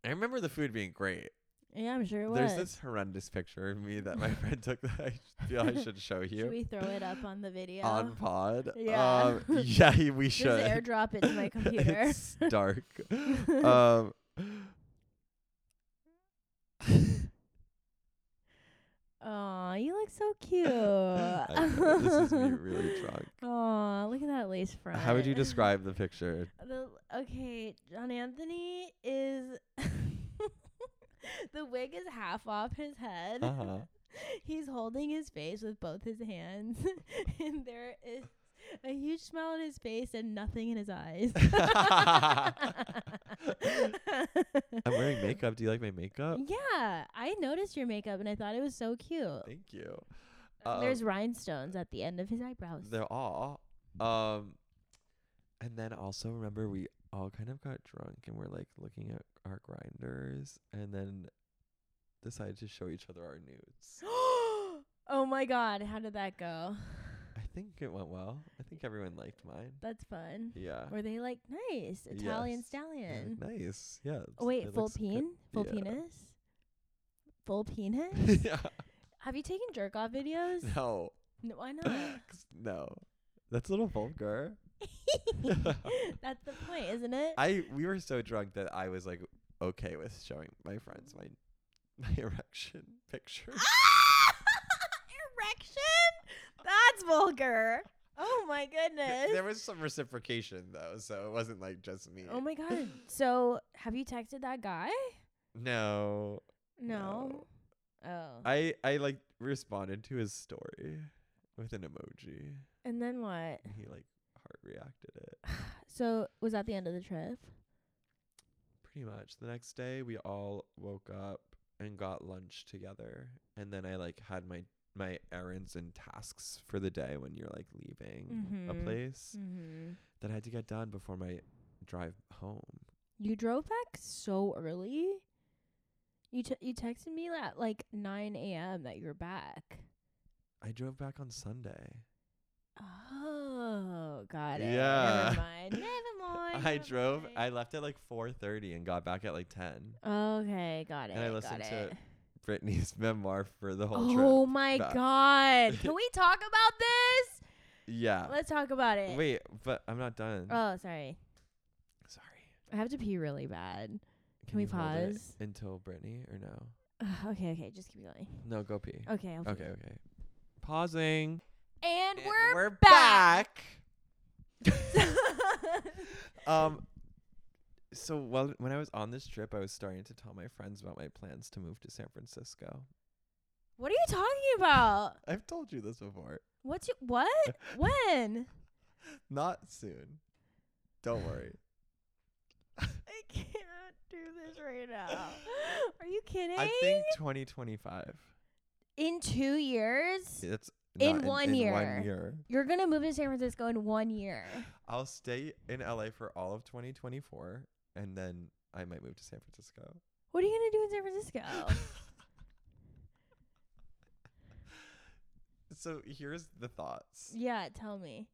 I remember the food being great. Yeah, I'm sure it There's was. this horrendous picture of me that my friend took that I sh- feel I should show Should you we throw it up on the video? on pod. Yeah. Um, yeah, we Just should. airdrop it to my computer. it's dark. um, Aw, you look so cute. I know, this is me really drunk. Aw, look at that lace front. How would you describe the picture? The, okay, John Anthony is. the wig is half off his head. Uh-huh. He's holding his face with both his hands, and there is a huge smile on his face and nothing in his eyes. I'm wearing makeup. Do you like my makeup? Yeah, I noticed your makeup and I thought it was so cute. Thank you. Um, Um, There's rhinestones at the end of his eyebrows. they're all. Um, and then also remember we all kind of got drunk and we're like looking at our grinders and then decided to show each other our nudes. oh my god, how did that go? I think it went well. I think everyone liked mine. That's fun. Yeah. Were they like nice Italian Yes. They're like, stallion? nice. Yeah. Oh it wait, full looks good." peen, full Yeah. penis, full penis. yeah. Have you taken jerk off videos? No. No, why not? 'Cause- No. That's a little vulgar. That's the point, isn't it? I we were so drunk that I was like okay with showing my friends my my erection picture. Erection? That's vulgar. Oh my goodness. there was some reciprocation though, so it wasn't like just me. Oh my god. So, have you texted that guy? no. No. Oh. I I like responded to his story with an emoji. and then what? And he like heart reacted it. So, was that the end of the trip? Pretty much. The next day we all woke up and got lunch together and then I like had my my errands and tasks for the day when you're like leaving a Mhm. place. Mm-hmm. that I had to get done before my drive home. You drove back so early. You t- you texted me at like 9 a.m. that you were back. I drove back on Sunday. Oh, got it. Yeah. Never mind. Never mind. I never drove. mind. I left at like 4:30 and got back at like 10. Okay, got it. And I got listened to it. Brittany's memoir for the whole Oh trip. my back. god. Can we talk about this? Yeah. Let's talk about it. Wait, but I'm not done. Oh, sorry. Sorry. I have to pee really bad. Can we you hold it pause? until Brittany or no? Ugh, okay, okay, just keep going. No, go pee. Okay, I'll pee. Okay, okay. Pausing. And And we're, back. um so while when I was on this trip, I was starting to tell my friends about my plans to move to San Francisco. what are you talking about? I've told you this before. What's your, what? When? Not soon. Don't worry. I can't do this right now. Are you kidding? I think 2025. in two years, It's In not one in year. One year. you're gonna move to San Francisco in one year. I'll stay in LA for all of 2024, and then I might move to San Francisco. What are you gonna do in San Francisco? So here's the thoughts. yeah, tell me.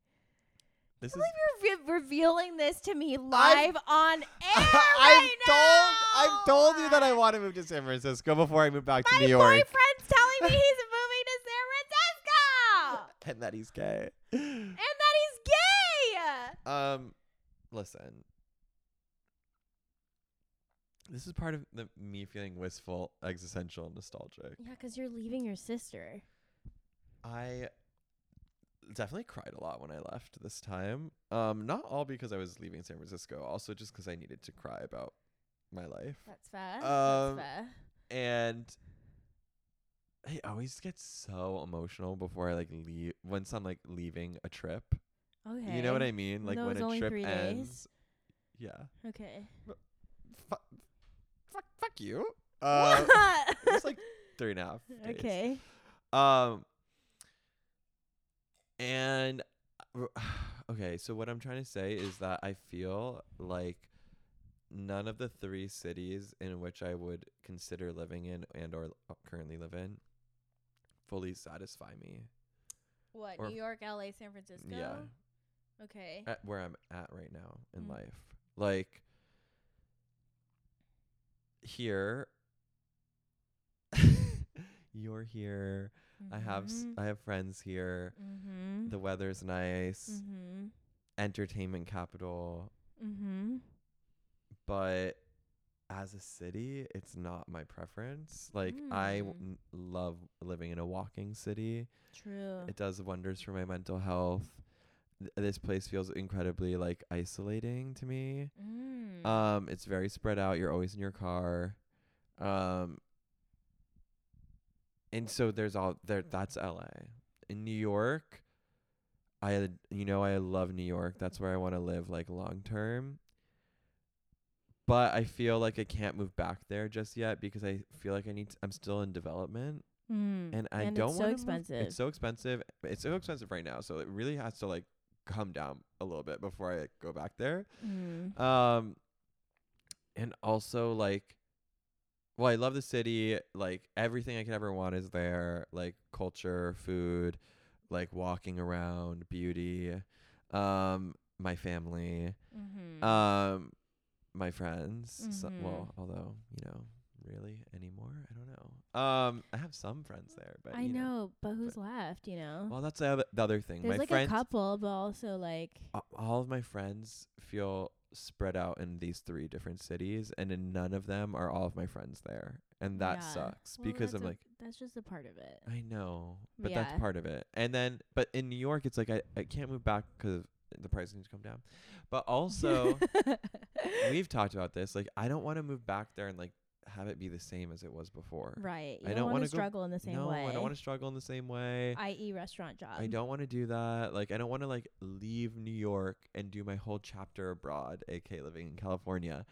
This I is. believe you're re- revealing this to me live on air. I've right told now. I've told you that I want to move to San Francisco before I move back to My New York, boyfriend's telling me he's moving to San Francisco and that he's gay. and that he's gay. Um, listen. This is part of the me feeling wistful, existential, nostalgic. Yeah, 'cause you're leaving your sister. I definitely cried a lot when I left this time. Um, not all because I was leaving San Francisco, also just 'cause I needed to cry about my life. That's fair. Um, That's fair. And I always get so emotional before I like leave once I'm like leaving a trip. Okay. You know what I mean? Like No, when it's a only trip three days. ends. Yeah. Okay. Fuck, fuck, fuck you. Uh, it's like three and a half. Days. okay. Um. And uh, okay, so what I'm trying to say is that I feel like none of the three cities in which I would consider living in and or l- currently live in fully satisfy me. What? Or- New York, LA, San Francisco? Yeah. Okay. At where I'm at right now in Mm. life. Like here you're here. I have s I have friends here. Mm-hmm. The weather's nice. Mm-hmm. Entertainment capital. Mm-hmm. but as a city, it's not my preference. Like I w- Mm. n- love living in a walking city. True. It does wonders for my mental health. Th- this place feels incredibly like isolating to me. mm. Um, it's very spread out. You're always in your car. Um, and so there's all there. Mm-hmm. That's LA. In New York, I you know I love New York. That's where I want to live like long term. But I feel like I can't move back there just yet because I feel like I need. To, I'm still in development, Mm. and I And it's don't so wanna move- expensive. it's so expensive. It's so expensive right now. So it really has to like come down a little bit before I go back there. Mm. Um, and also like, well, I love the city. Like everything I could ever want is there. Like culture, food, like walking around, beauty, um, my family, Mm-hmm. um, my friends. So- Mhm. well, although you know, really anymore, I don't know. Um, I have some friends there, but I you know, but who's left, you know? Well, that's the other, the other thing. There's my like friends, a couple, but also like a- all of my friends feel spread out in these three different cities and in none of them are all of my friends there and that Yeah. sucks Well, because i'm that's a- like that's just a part of it. i know but Yeah. that's part of it and then but in new york it's like i, I can't move back 'cause the prices need to come down but also we've talked about this like i don't want to move back there and like have it be the same as it was before right. You I don't, don't want wanna to go- struggle in the same no way. i don't want to struggle in the same way i.e. restaurant job. I don't want to do that. Like I don't want to like leave New York and do my whole chapter abroad, aka living in California,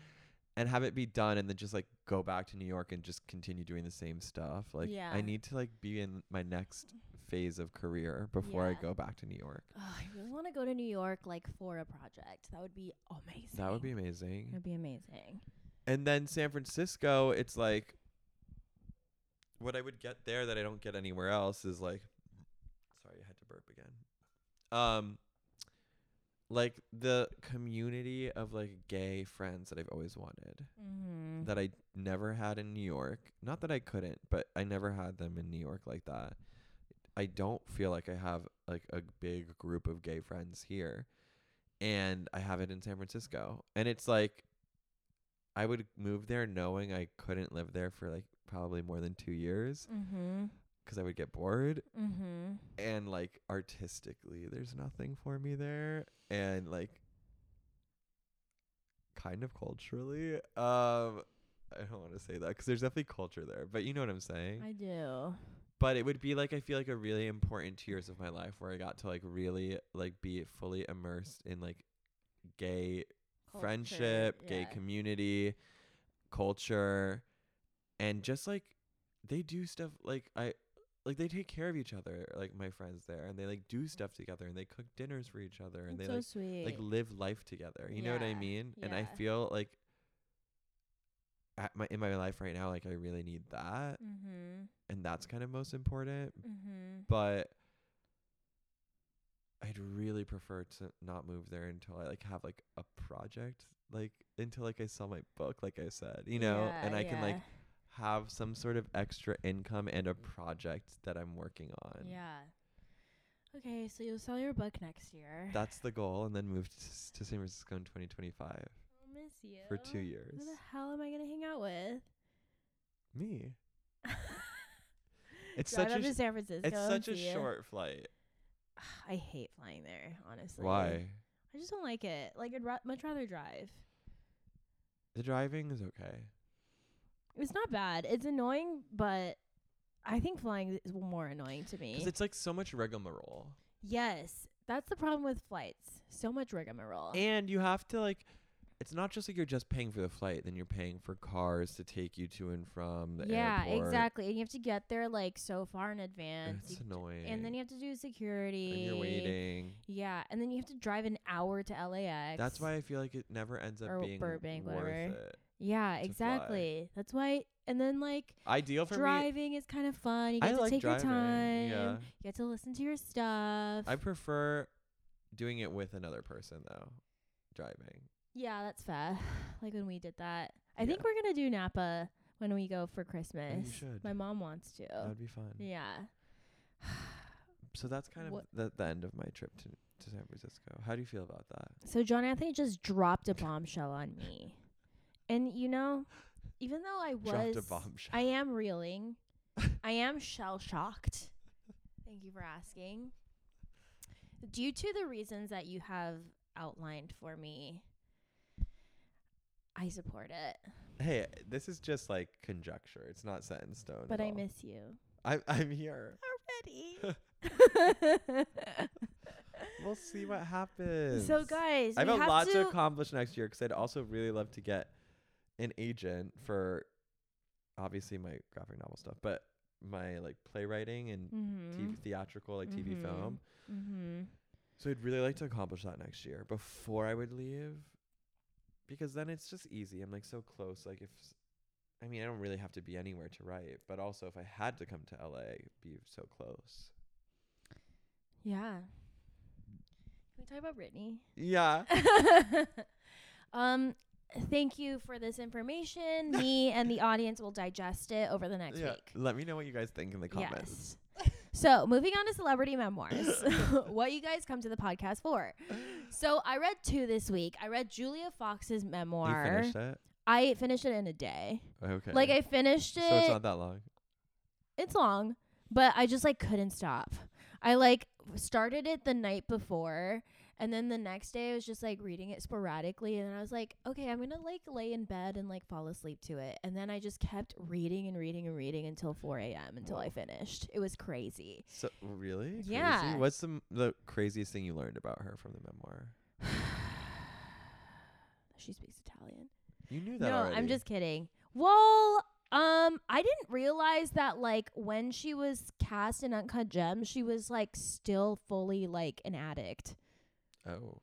and have it be done and then just like go back to New York and just continue doing the same stuff. Like Yeah. I need to like be in my next phase of career before Yeah. I go back to New York. Oh, I really want to go to New York like for a project. That would be amazing. That would be amazing. That'd be amazing. And then San Francisco, it's like what I would get there that I don't get anywhere else is like sorry, I had to burp again. Um like the community of like gay friends that I've always wanted Mm-hmm. that I never had in New York. Not that I couldn't, but I never had them in New York like that. I don't feel like I have like a big group of gay friends here. And I have it in San Francisco. And it's like I would move there knowing I couldn't live there for like probably more than 2 years Mm-hmm. 'cause I would get bored Mm-hmm. and like artistically there's nothing for me there and like kind of culturally um I don't want to say that 'cause there's definitely culture there but you know what I'm saying I do. but it would be like I feel like a really important two years of my life where I got to like really like be fully immersed in like gay Culture, friendship, gay yeah. community, culture, and just like they do stuff like I like they take care of each other, like my friends there, and they like do stuff together and they cook dinners for each other and That's they so like sweet. like live life together. You know what I Yeah, mean? And I yeah. feel like at my in my life right now, like I really need that, mm-hmm. and that's kind of most important. Mm-hmm. But I'd really prefer to not move there until I like have like a project, like until like I sell my book, like I said, you know, and I can like have some sort of extra income and a project that I'm working on. Yeah. Okay, so you'll sell your book next year. That's the goal, and then move to, s- to San Francisco in 2025 I'll miss you. for two years. Who the hell am I gonna hang out with? Me. It's Drive such up a to sh- San Francisco. it's and such a see you. short flight. I hate flying there, honestly. Why? I just don't like it. Like I'd ra- much rather drive. The driving is okay. It's not bad. It's annoying, but I think flying is more annoying to 'Cause me. it's like so much rigmarole. yes, that's the problem with flights. So much rigmarole. and you have to like it's not just like you're just paying for the flight, then you're paying for cars to take you to and from the yeah, airport. exactly. And you have to get there like so far in advance. It's You- annoying. and then you have to do security. Then you're waiting. Yeah, and then you have to drive an hour to LAX. That's why I feel like it never ends up Or being Burbank, worth whatever. it. Yeah, fly. exactly. That's why. And then like Ideal for me. driving is kind of fun. You get I to like take driving. your time. Yeah, You get to listen to your stuff. I prefer doing it with another person though. Driving. yeah, that's fair. Like when we did that. I Yeah. think we're gonna do Napa when we go for Yeah, Christmas. you should. My mom wants to. that would be fun. Oh, yeah. So that's kind of What- the, the end of my trip to to San Francisco. How do you feel about that? So John Anthony just dropped a bombshell on me. And you know, even though I was Dropped a bombshell. I am reeling. I am shell shocked. Thank you for asking. Due to the reasons that you have outlined for me, I support it. hey, this is just like conjecture. It's not set in stone. But at I all. miss you I, I'm here. already. We'll see what happens. so guys, I have we a have lot to to accomplish next year because I'd also really love to get an agent for obviously my graphic novel stuff, but my like playwriting and mm-hmm. TV, theatrical, like TV Mhm. film. Mm-hmm. So I'd really like to accomplish that next year before I would leave because then it's just easy. I'm like so close. Like if s- I mean, I don't really have to be anywhere to write, but also if I had to come to LA, I'd be so close. Yeah. Can we talk about Britney? Yeah. um, thank you for this information. Me and the audience will digest it over the next yeah. week. Let me know what you guys think in the comments. Yes. So, moving on to celebrity memoirs, what you guys come to the podcast for. So, I read two this week. I read Julia Fox's memoir. You finished it? I finished it in a day. Okay. Like, I finished it. So it's not that long. it's long, but I just like couldn't stop. I like started it the night before and then the next day I was just like reading it sporadically and I was like, okay, I'm going to like lay in bed and like fall asleep to it. And then I just kept reading and reading and reading until 4 a.m. until I finished. It was crazy. So really? Crazy? Yeah. What's the m- the craziest thing you learned about her from the memoir? she speaks Italian. You knew that No, already. I'm just kidding. Well, um, I didn't realize that like when she was cast in Uncut Gems, she was like still fully like an addict. Oh,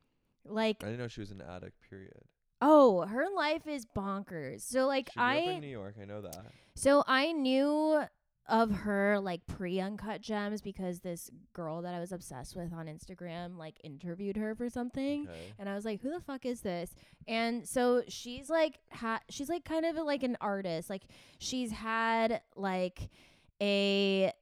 Like I didn't know she was an addict. Period. Oh, her life is bonkers. So like She grew up in I New York. I know that. so I knew of her like pre uncut gems because this girl that I was obsessed with on Instagram like interviewed her for something Okay. and I was like who the fuck is this? And so she's like ha- she's like kind of like an artist. Like she's had like a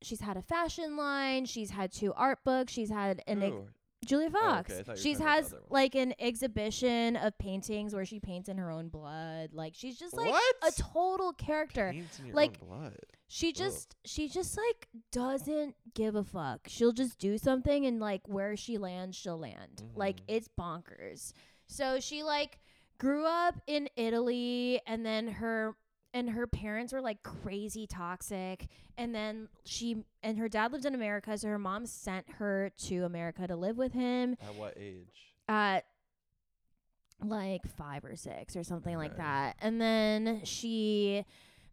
she's had a fashion line, she's had two art books, she's had an ex- Ooh, Julia Oh, okay. I Fox. thought you were She's talking about the has other one. like an exhibition of paintings where she paints in her own blood. Like she's just like what? a total character. Pains in your like- own blood. She just she just like doesn't give a fuck. She'll just do something and like where she lands, she'll land. Like Mhm. it's bonkers. So she like grew up in Italy and then her and her parents were like crazy toxic and then she and her dad lived in America so her mom sent her to America to live with him At what age? at like five or six or something like Okay. that. And then she,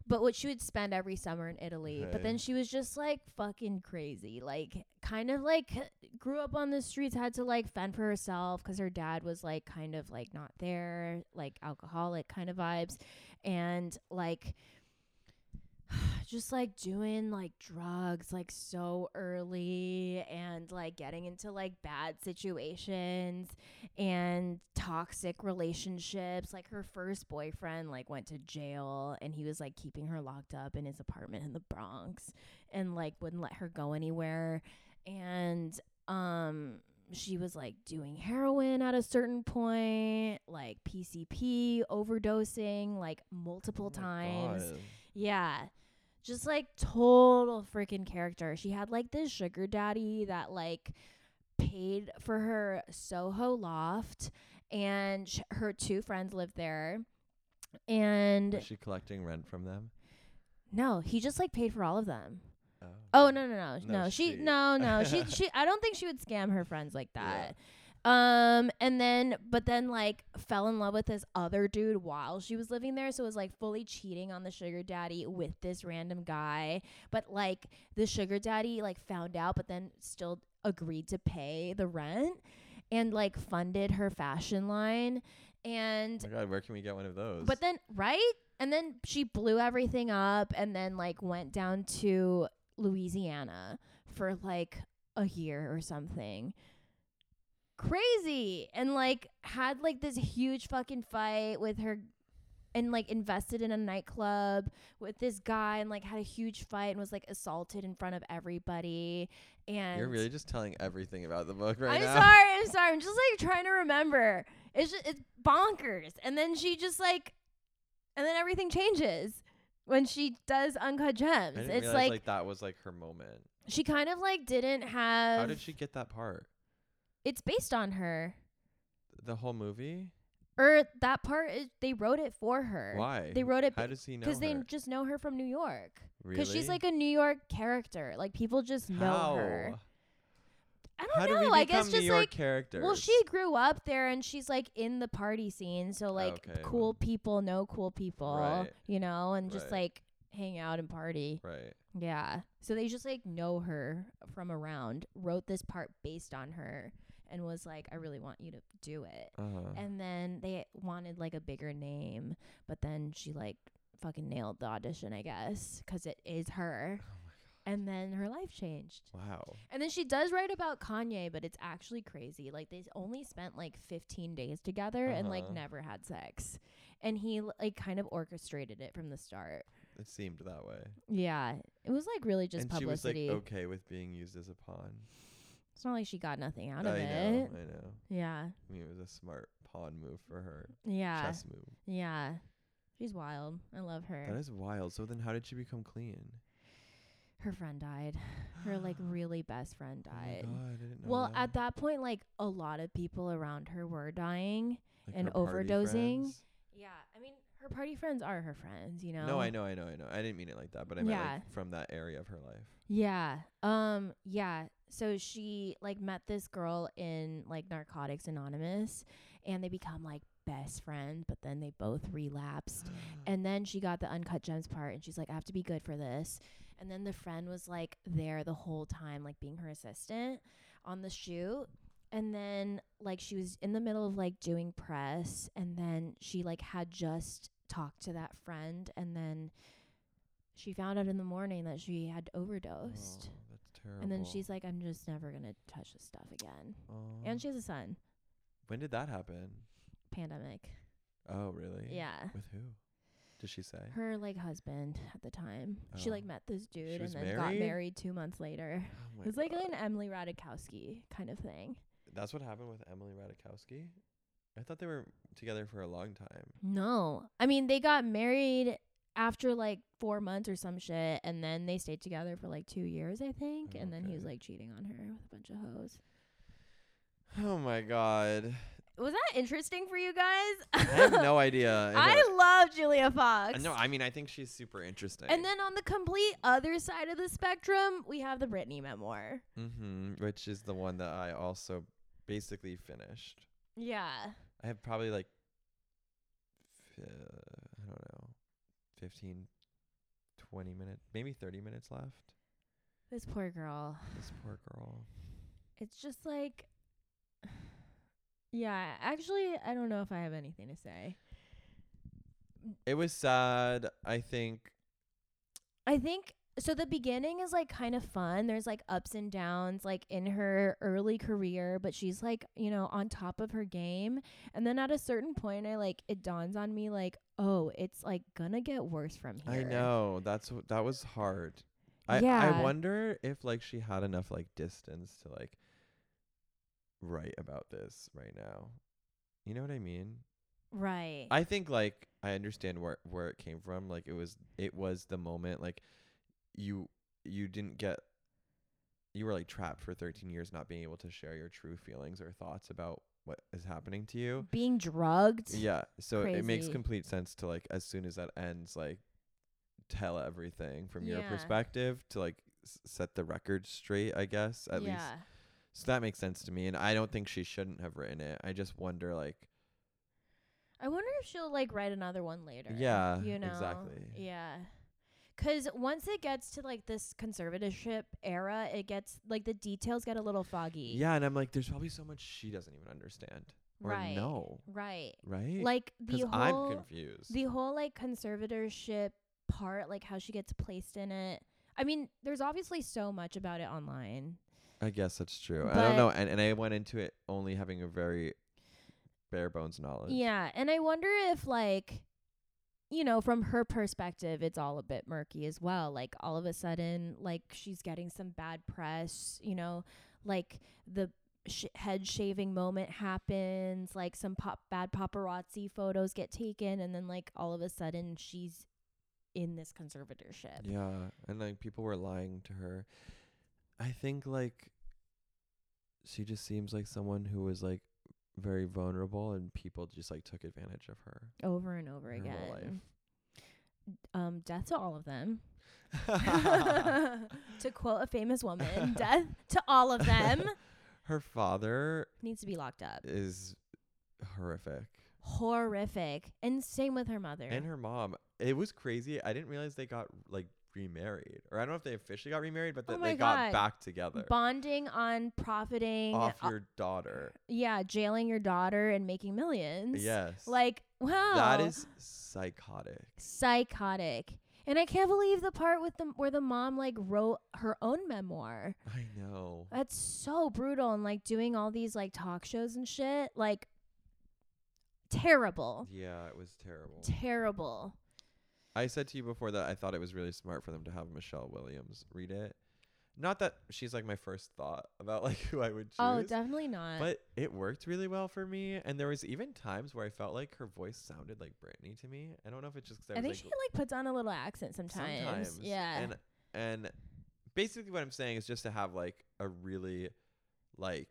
but what she would spend every summer in Italy. But Okay. then she was just like fucking crazy, like kind of like grew up on the streets, had to like fend for herself because her dad was like kind of like not there, like alcoholic kind of vibes, and like. Just like doing like drugs like so early and like getting into like bad situations and toxic relationships. Like her first boyfriend like went to jail and he was like keeping her locked up in his apartment in the Bronx and like wouldn't let her go anywhere and um she was like doing heroin at a certain point, like PCP, overdosing like multiple Oh my times. God. Yeah. Just like total freaking character. She had like this sugar daddy that like paid for her Soho loft and sh- her two friends lived there. And Was she collecting rent from them? no, he just like paid for all of them. Oh, Oh no no no no, No, she she- no no she she I don't think she would scam her friends like Yeah. that. Um, and then, but then, like, fell in love with this other dude while she was living there. So it was like fully cheating on the sugar daddy with this random guy. But like, the sugar daddy like found out, but then still agreed to pay the rent and like funded her fashion line. And Oh my god, where can we get one of those? but then, right? And then she blew everything up and then like went down to Louisiana for like a year or something. Crazy. And like had like this huge fucking fight with her and like invested in a nightclub with this guy and like had a huge fight and was like assaulted in front of everybody and you're really just telling everything about the book right I'm now. sorry. I'm sorry. I'm just like trying to remember. It's just, it's bonkers. And then she just like, and then everything changes when she does Uncut I Gems. didn't It's realize like, like, that was like her moment. she kind of like didn't have. How did she get that part? It's based on her, The whole movie? or that part is they wrote it for her. Why? They wrote it How does he know? because they her? just know her from New York. really? she's like a New York character. Like people just know How? her. I don't How know. do we become I guess New just York like characters? Well, she grew up there and she's like in the party scene. So, like, Okay, cool well. people know cool people, Right. you know, and just Right. like hang out and party. right. Yeah. So they just like know her from around, wrote this part based on her, and was like, I really want you to do it. Uh-huh. And then they wanted like a bigger name, but then she like fucking nailed the audition, I guess, 'cause it is her. Oh And then her life changed. Wow. And then she does write about Kanye, but it's actually crazy. Like they only spent like 15 days together and like Uh-huh. never had sex. And he like kind of orchestrated it from the start. It seemed that way. Yeah. It was like really just and publicity. she was like okay with being used as a pawn. It's not like she got nothing out of I it. know. I know. Yeah. I mean, it was a smart pawn move for her. Yeah. Chess move. Yeah. She's wild. I love That her. is wild. So then, how did she become clean? Her friend died. Her like really best friend Oh my died. God, I didn't know well, that. at that point like a lot of people around her were dying. Like and her party overdosing, friends? Yeah. I mean, her party friends are her friends, you know. No, I know, I know, I know. I didn't mean it like that, but I meant like from that area of her life. Yeah. Um yeah. So she like met this girl in like Narcotics Anonymous and they become like best friends, but then they both relapsed. Oh, And then she got the uncut gems part and she's like I have to be good for this. And then the friend was like there the whole time like being her assistant on the shoot. And then like she was in the middle of like doing press and then she like had just talked to that friend and then she found out in the morning that she had Oh, overdosed. that's Oh, terrible. and then she's like, I'm just never gonna touch this stuff again. oh. And she has a son. When did that happen? Pandemic. Oh, really? Yeah. With who? Did she say? Her like husband at the time. She like Oh. met this dude and was then got married? married two months later. Oh my It was like God. an Emily Radikowski kind of thing. That's what happened with Emily Radikowski. I thought they were together for a long time. No. I mean they got married after like four months or some shit and then they stayed together for like two years, I think. Oh, and then he was okay. like cheating on her with a bunch of hoes. Oh my god. Was that interesting for you guys? I have no idea. if I it- love Julia Uh, Fox. No, I mean I think she's super interesting. And then on the complete other side of the spectrum, we have the Britney memoir. mm-hmm, which is the one that I also basically finished. Yeah. I have probably like fi- I don't know, 15 20 minutes, maybe 30 minutes left. This poor girl. This poor girl. It's just like Yeah, actually I don't know if I have anything to say. It was sad. I think I think so the beginning is like kind of fun. There's like ups and downs like in her early career, but she's like, you know, on top of her game. And then at a certain point I like it dawns on me like, "Oh, it's like gonna get worse from here." I know that's w- that was hard. I Yeah. I wonder if like she had enough like distance to like write about this right now. You know what I mean? Right. I think like I understand where where it came from. Like it was it was the moment like you you didn't get you were like trapped for 13 years not being able to share your true feelings or thoughts about what is happening to you. being drugged. Yeah. So it- it makes Crazy. complete sense to like as soon as that ends, like tell everything from your Yeah. perspective to like s- set the record straight, I guess, at least So that makes sense to me. And I don't think she shouldn't have written it. I just wonder, like, I wonder if she'll like write another one later. Yeah, You know? exactly. Yeah. Cause once it gets to like this conservatorship era, it gets like the details get a little foggy. yeah. And I'm like, there's probably so much she doesn't even understand or Right. know, Right. right? Like the because whole I'm confused. the whole like conservatorship part, like how she gets placed in it. I mean, there's obviously so much about it online. I guess that's true. I don't But- know. And, and I went into it only having a very bare bones knowledge. Yeah, and I wonder if like you know, from her perspective, it's all a bit murky as well. Like all of a sudden, like she's getting some bad press, you know, like the sh- head shaving moment happens, like some pop bad paparazzi photos get taken and then like all of a sudden she's in this conservatorship. Yeah. And like people were lying to her. I think like she just seems like someone who was like very vulnerable and people just like took advantage of her. over and over Her whole again. life. Um, death to all of them. to quote a famous woman, death to all of them her father needs to be locked up. is horrific. Horrific. And same with her mother. And her mom. It was crazy. I didn't realize they got like remarried. Or I don't know if they officially got remarried, but Oh that my they God. got back together. Bonding on profiting, off uh, your daughter. yeah, jailing your daughter and making millions. Yes. Like, oh. wow. that is psychotic. psychotic. And I can't believe the part with the where the mom like wrote her own memoir. I know. That's so brutal and like doing all these like talk shows and shit. Like terrible. Yeah, it was terrible. Terrible. I said to you before that I thought it was really smart for them to have Michelle Williams read it. Not that she's like my first thought about like who I would choose. Oh, definitely not. But it worked really well for me, and there was even times where I felt like her voice sounded like Britney to me. I don't know if it's just because I, I was think like, she like puts on a little accent sometimes. sometimes. Yeah. And and basically what I'm saying is just to have like a really like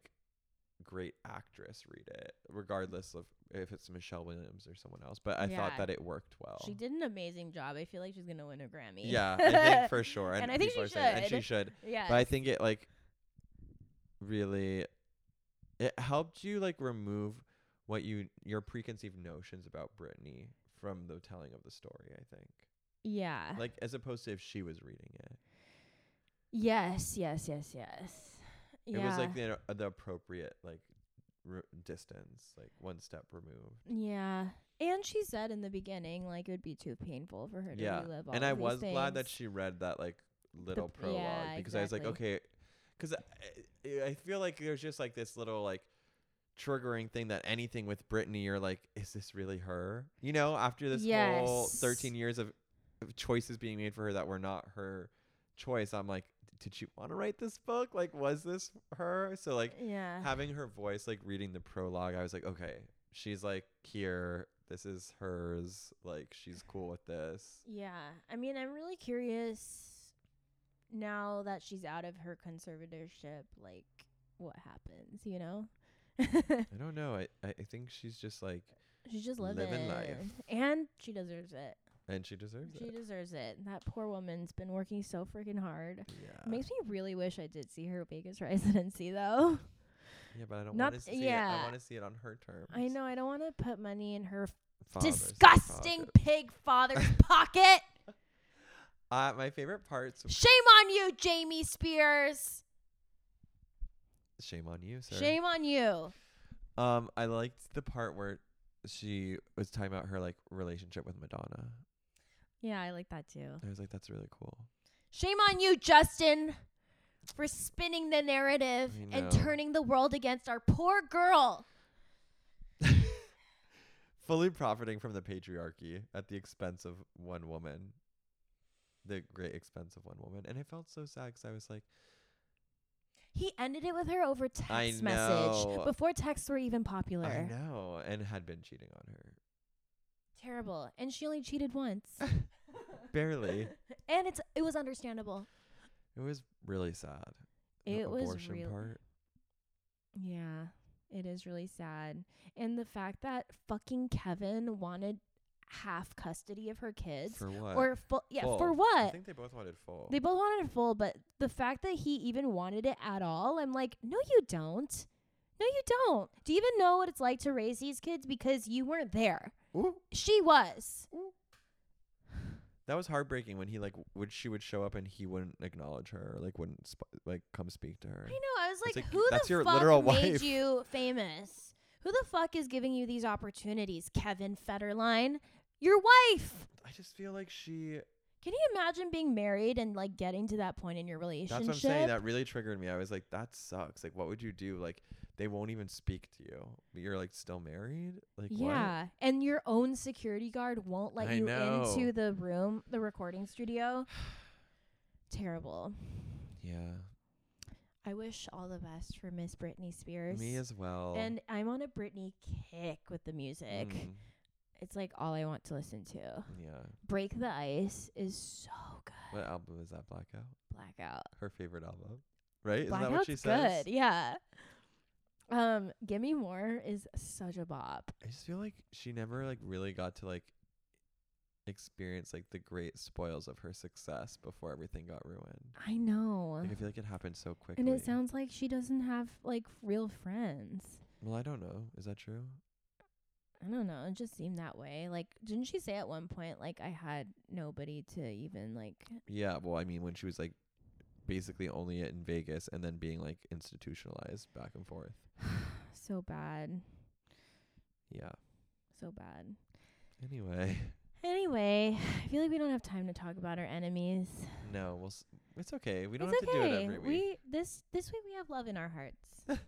great actress read it, regardless of if it's Michelle Williams or someone else. But I Yeah. thought that it worked well. she did an amazing job. I feel like she's gonna win a Grammy. Yeah, I think for sure. And I think people she are saying- And she should. should. yeah. But I think it like really it helped you like remove what you your preconceived notions about Britney from the telling of the story, I think. yeah. Like as opposed to if she was reading it. yes. Yes. Yes. Yes. It Yeah. was like the the appropriate like r- distance, like one step removed. yeah. And she said in the beginning, like it would be too painful for her to yeah, relive all and of I these was glad that things. she read that like little prologue yeah, because I was like, exactly. okay, because I, I feel like there's just like this little like triggering thing that anything with Brittany, you're like, is this really her? You know, after this whole Yes. 13 years of, of choices being made for her that were not her choice, I'm like, did she want to write this book? Like, was this her? So like, Yeah. having her voice like reading the prologue i was like okay she's like here this is hers like she's cool with this Yeah. I mean, I'm really curious now that she's out of her conservatorship, like what happens, you know? i don't know i, I I think she's just like she's just living, Living life. And she deserves it. and she deserves She it deserves it. That poor woman's been working so freaking hard. yeah Makes me really wish I did see her Vegas residency though. yeah but i don't not- want to see it yeah. i want to see it on her terms I know I don't want to put money in her Father's disgusting pocket. pig father's pocket. uh my favorite parts Shame on you, Jamie Spears. shame on you sir Shame on you. um i liked the part where she was talking about her like relationship with madonna Yeah, I like that too. i was like that's really cool Shame on you, Justin, for spinning the narrative I and know. turning the world against our poor girl. fully profiting from the patriarchy at the expense of one woman the great expense of one woman and i felt so sad 'cause i was like He ended it with her over I text know. message before texts were even i popular. know and had been cheating on her Terrible. And she only cheated once. barely and it's it was understandable. it was really sad The It was abortion real- part Yeah. It is really sad. And the fact that fucking Kevin wanted half custody of her kids For what? or full yeah for Full. I what think they both wanted full. they both wanted it full but the fact that he even wanted it at all i'm like no you don't no you don't do you even know what it's like to raise these kids because you weren't there Ooh, she was that was heartbreaking when he like w- would she would show up and he wouldn't acknowledge her, like wouldn't sp- like come speak to her. i know i was like like, who that's the your fuck literal made wife." you famous who the fuck is giving you these opportunities kevin federline your wife I just feel like she. Can you imagine being married and like getting to that point in your relationship? That's what I'm saying. That really triggered me. I was like, that sucks. Like, what would you do? Like, they won't even speak to you. But you're like still married. Like, what? yeah, and your own security guard won't let I you know. into the room, the recording studio. Terrible. Yeah. I wish all the best for Miss Britney Spears. Me as well. and I'm on a Britney kick with the music. Mm, It's like all I want to listen to. yeah. Break the Ice is so good. What album is that? Blackout. Blackout. Her favorite album, right? Isn't that Blackout's what she says? good. Yeah. Um, Gimme More is such a bop. I just feel like she never like really got to like experience like the great spoils of her success before everything got ruined. I know. Like I feel like it happened so quickly. And it sounds like she doesn't have like real friends. well, I don't know. Is that true? I don't know. It just seemed that way. Like, didn't she say at one point, like, I had nobody to even like? Yeah. Well, I mean, when she was like basically only in Vegas and then being like institutionalized back and forth. So bad, Yeah. so bad. Anyway, Anyway, I feel like we don't have time to talk about our enemies. no. Well, s- it's okay. We don't it's have okay. to do it every week. We this this week we have love in our hearts.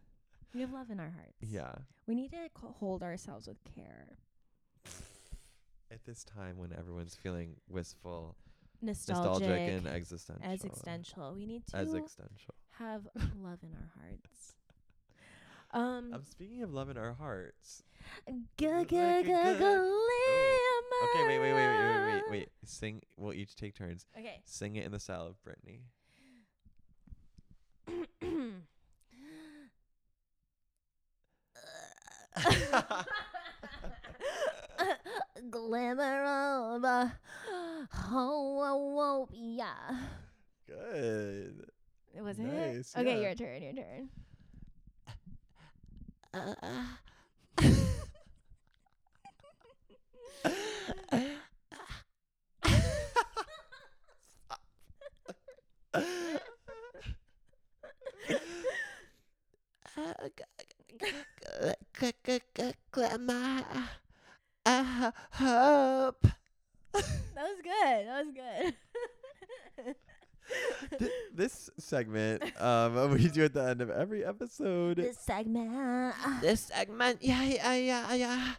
we have love in our hearts. yeah. We need to co- hold ourselves with care. At this time when everyone's feeling wistful, Nostalgic, nostalgic, and existential. as existential. We need to As existential. have love in our hearts. Um, I'm speaking of love in our hearts. go like go go a good- go Okay, wait, wait, wait, wait, wait, wait, lemon. wait. Sing. We'll each take turns. Okay. Sing it in the style of Britney. Glimmer of oh, uh, homophobia. Good. Was Nice, it? Okay, yeah. your turn. Your turn. Hope. That was good. That was good. This segment, um, we do at the end of every episode. this segment This segment, yeah, yeah, yeah, yeah.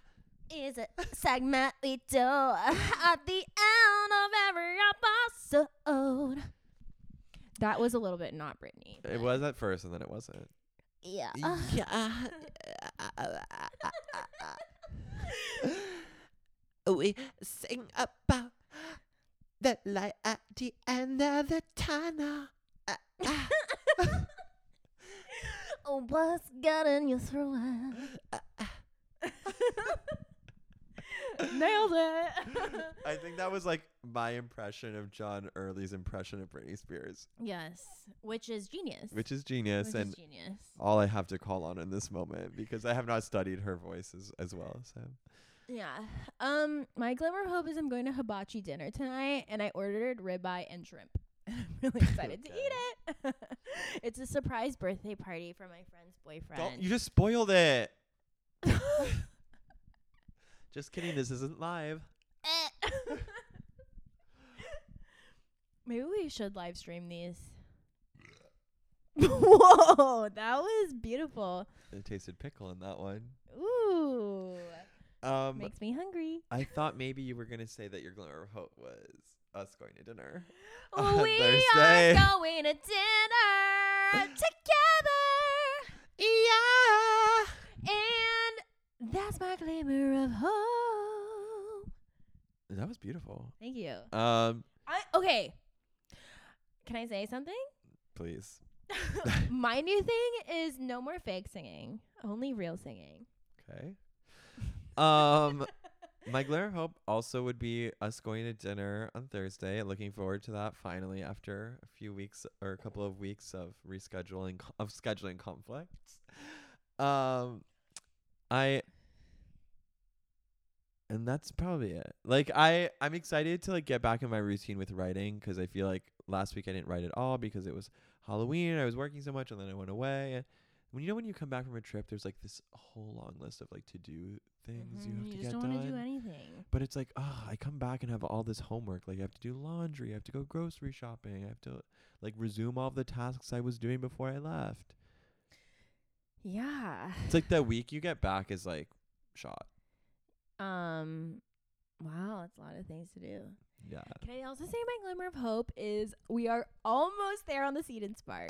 is a segment we do at the end of every episode. That was a little bit not Britney. It was at first, and then it wasn't. Yeah. Yeah. we sing about the light at the end of the tunnel. Oh, What's getting you through it? Nailed it. I think that was like my impression of John Early's impression of Britney Spears, yes, which is genius. which is genius, Which and is genius. all I have to call on in this moment because I have not studied her voice as, as well. So Yeah. Um, my glimmer of hope is I'm going to hibachi dinner tonight, and I ordered ribeye and shrimp. I'm really excited to eat it. it's a surprise birthday party for my friend's boyfriend. don't you just spoiled it? Just kidding. This isn't live. Eh. Maybe we should live stream these. Whoa, that was beautiful. It tasted pickle in that one. Ooh, Um, makes me hungry. I thought maybe you were gonna say that your glimmer of hope was us going to dinner. on we Thursday. are going to dinner together. Yeah. And that's my glimmer of hope. That was beautiful. Thank you. Um, I okay. Can I say something? please. my new thing is no more fake singing, only real singing. Okay. Um, My glare of hope also would be us going to dinner on Thursday. Looking forward to that finally after a few weeks or a couple of weeks of rescheduling co- of scheduling conflicts. Um I and that's probably it. Like I I'm excited to like get back in my routine with writing cuz I feel like last week I didn't write at all because it was Halloween, I was working so much and then I went away. And when you know when you come back from a trip there's like this whole long list of like to-do things you Mhm, have to just get don't done. wanna do anything. But it's like, ah, I come back and have all this homework. Like I have to do laundry, I have to go grocery shopping, I have to like resume all the tasks I was doing before I left. Yeah. It's like the week you get back is like shot. Um. Wow, that's a lot of things to do. Yeah. Can I also say my glimmer of hope is we are almost there on the seat and spark.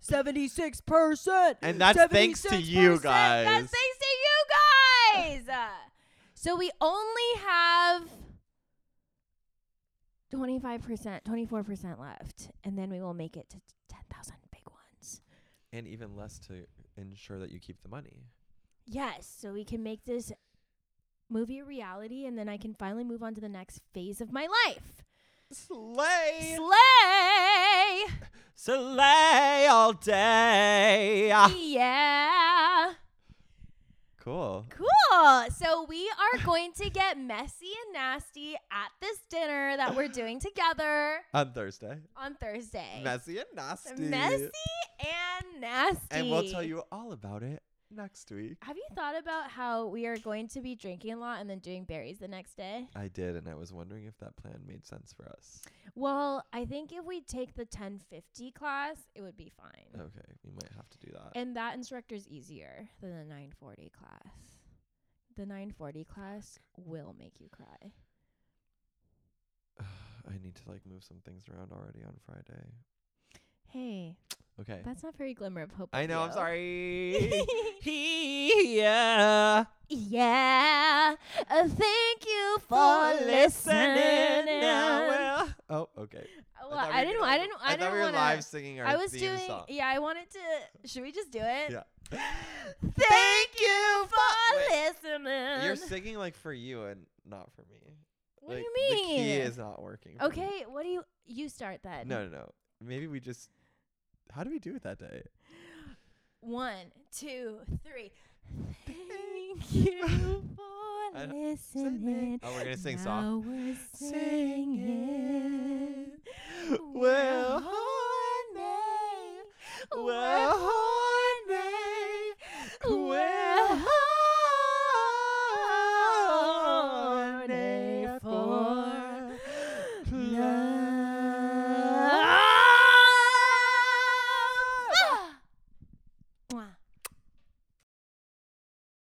Seventy-six percent, And that's thanks to you guys. That's thanks to you guys. So we only have twenty-five percent, twenty-four percent left, and then we will make it to ten thousand big ones. and even less to ensure that you keep the money. Yes, so we can make this movie a reality, and then I can finally move on to the next phase of my life. Slay. Slay! Slay all day. Yeah. Cool. Cool. So we are going to get messy and nasty at this dinner that we're doing together On Thursday. on Thursday. Messy and nasty. Messy and nasty. And we'll tell you all about it next week. Have you thought about how we are going to be drinking a lot and then doing berries the next day? I did, and I was wondering if that plan made sense for us. Well, I think if we take the 1050 class, it would be fine. Okay, we might have to do that. And that instructor's easier than the 940 class. The 940 class will make you cry. I need to like move some things around already on Friday. Hey, Okay. that's not very glimmer of hope. I of know, I'm you. sorry. yeah. yeah. Uh, thank you for listening. Uh, I will- Oh, okay. Well, thought we I were didn't. I didn't. I, gonna- I didn't thought we were wanna- live singing our I was theme doing. song. Yeah, I wanted to. Should we just do it? Yeah. Thank you for Wait. listening. You're singing like for you and not for me. what do Like, you mean? The key is not working. for me. okay. What do you? You start then. No, no, no. Maybe we just. How did we do it that day? One, two, three. Thank you for I don't- listening. Oh, we're gonna sing now song. We're singing. Well, Well, honey. Well, Ah!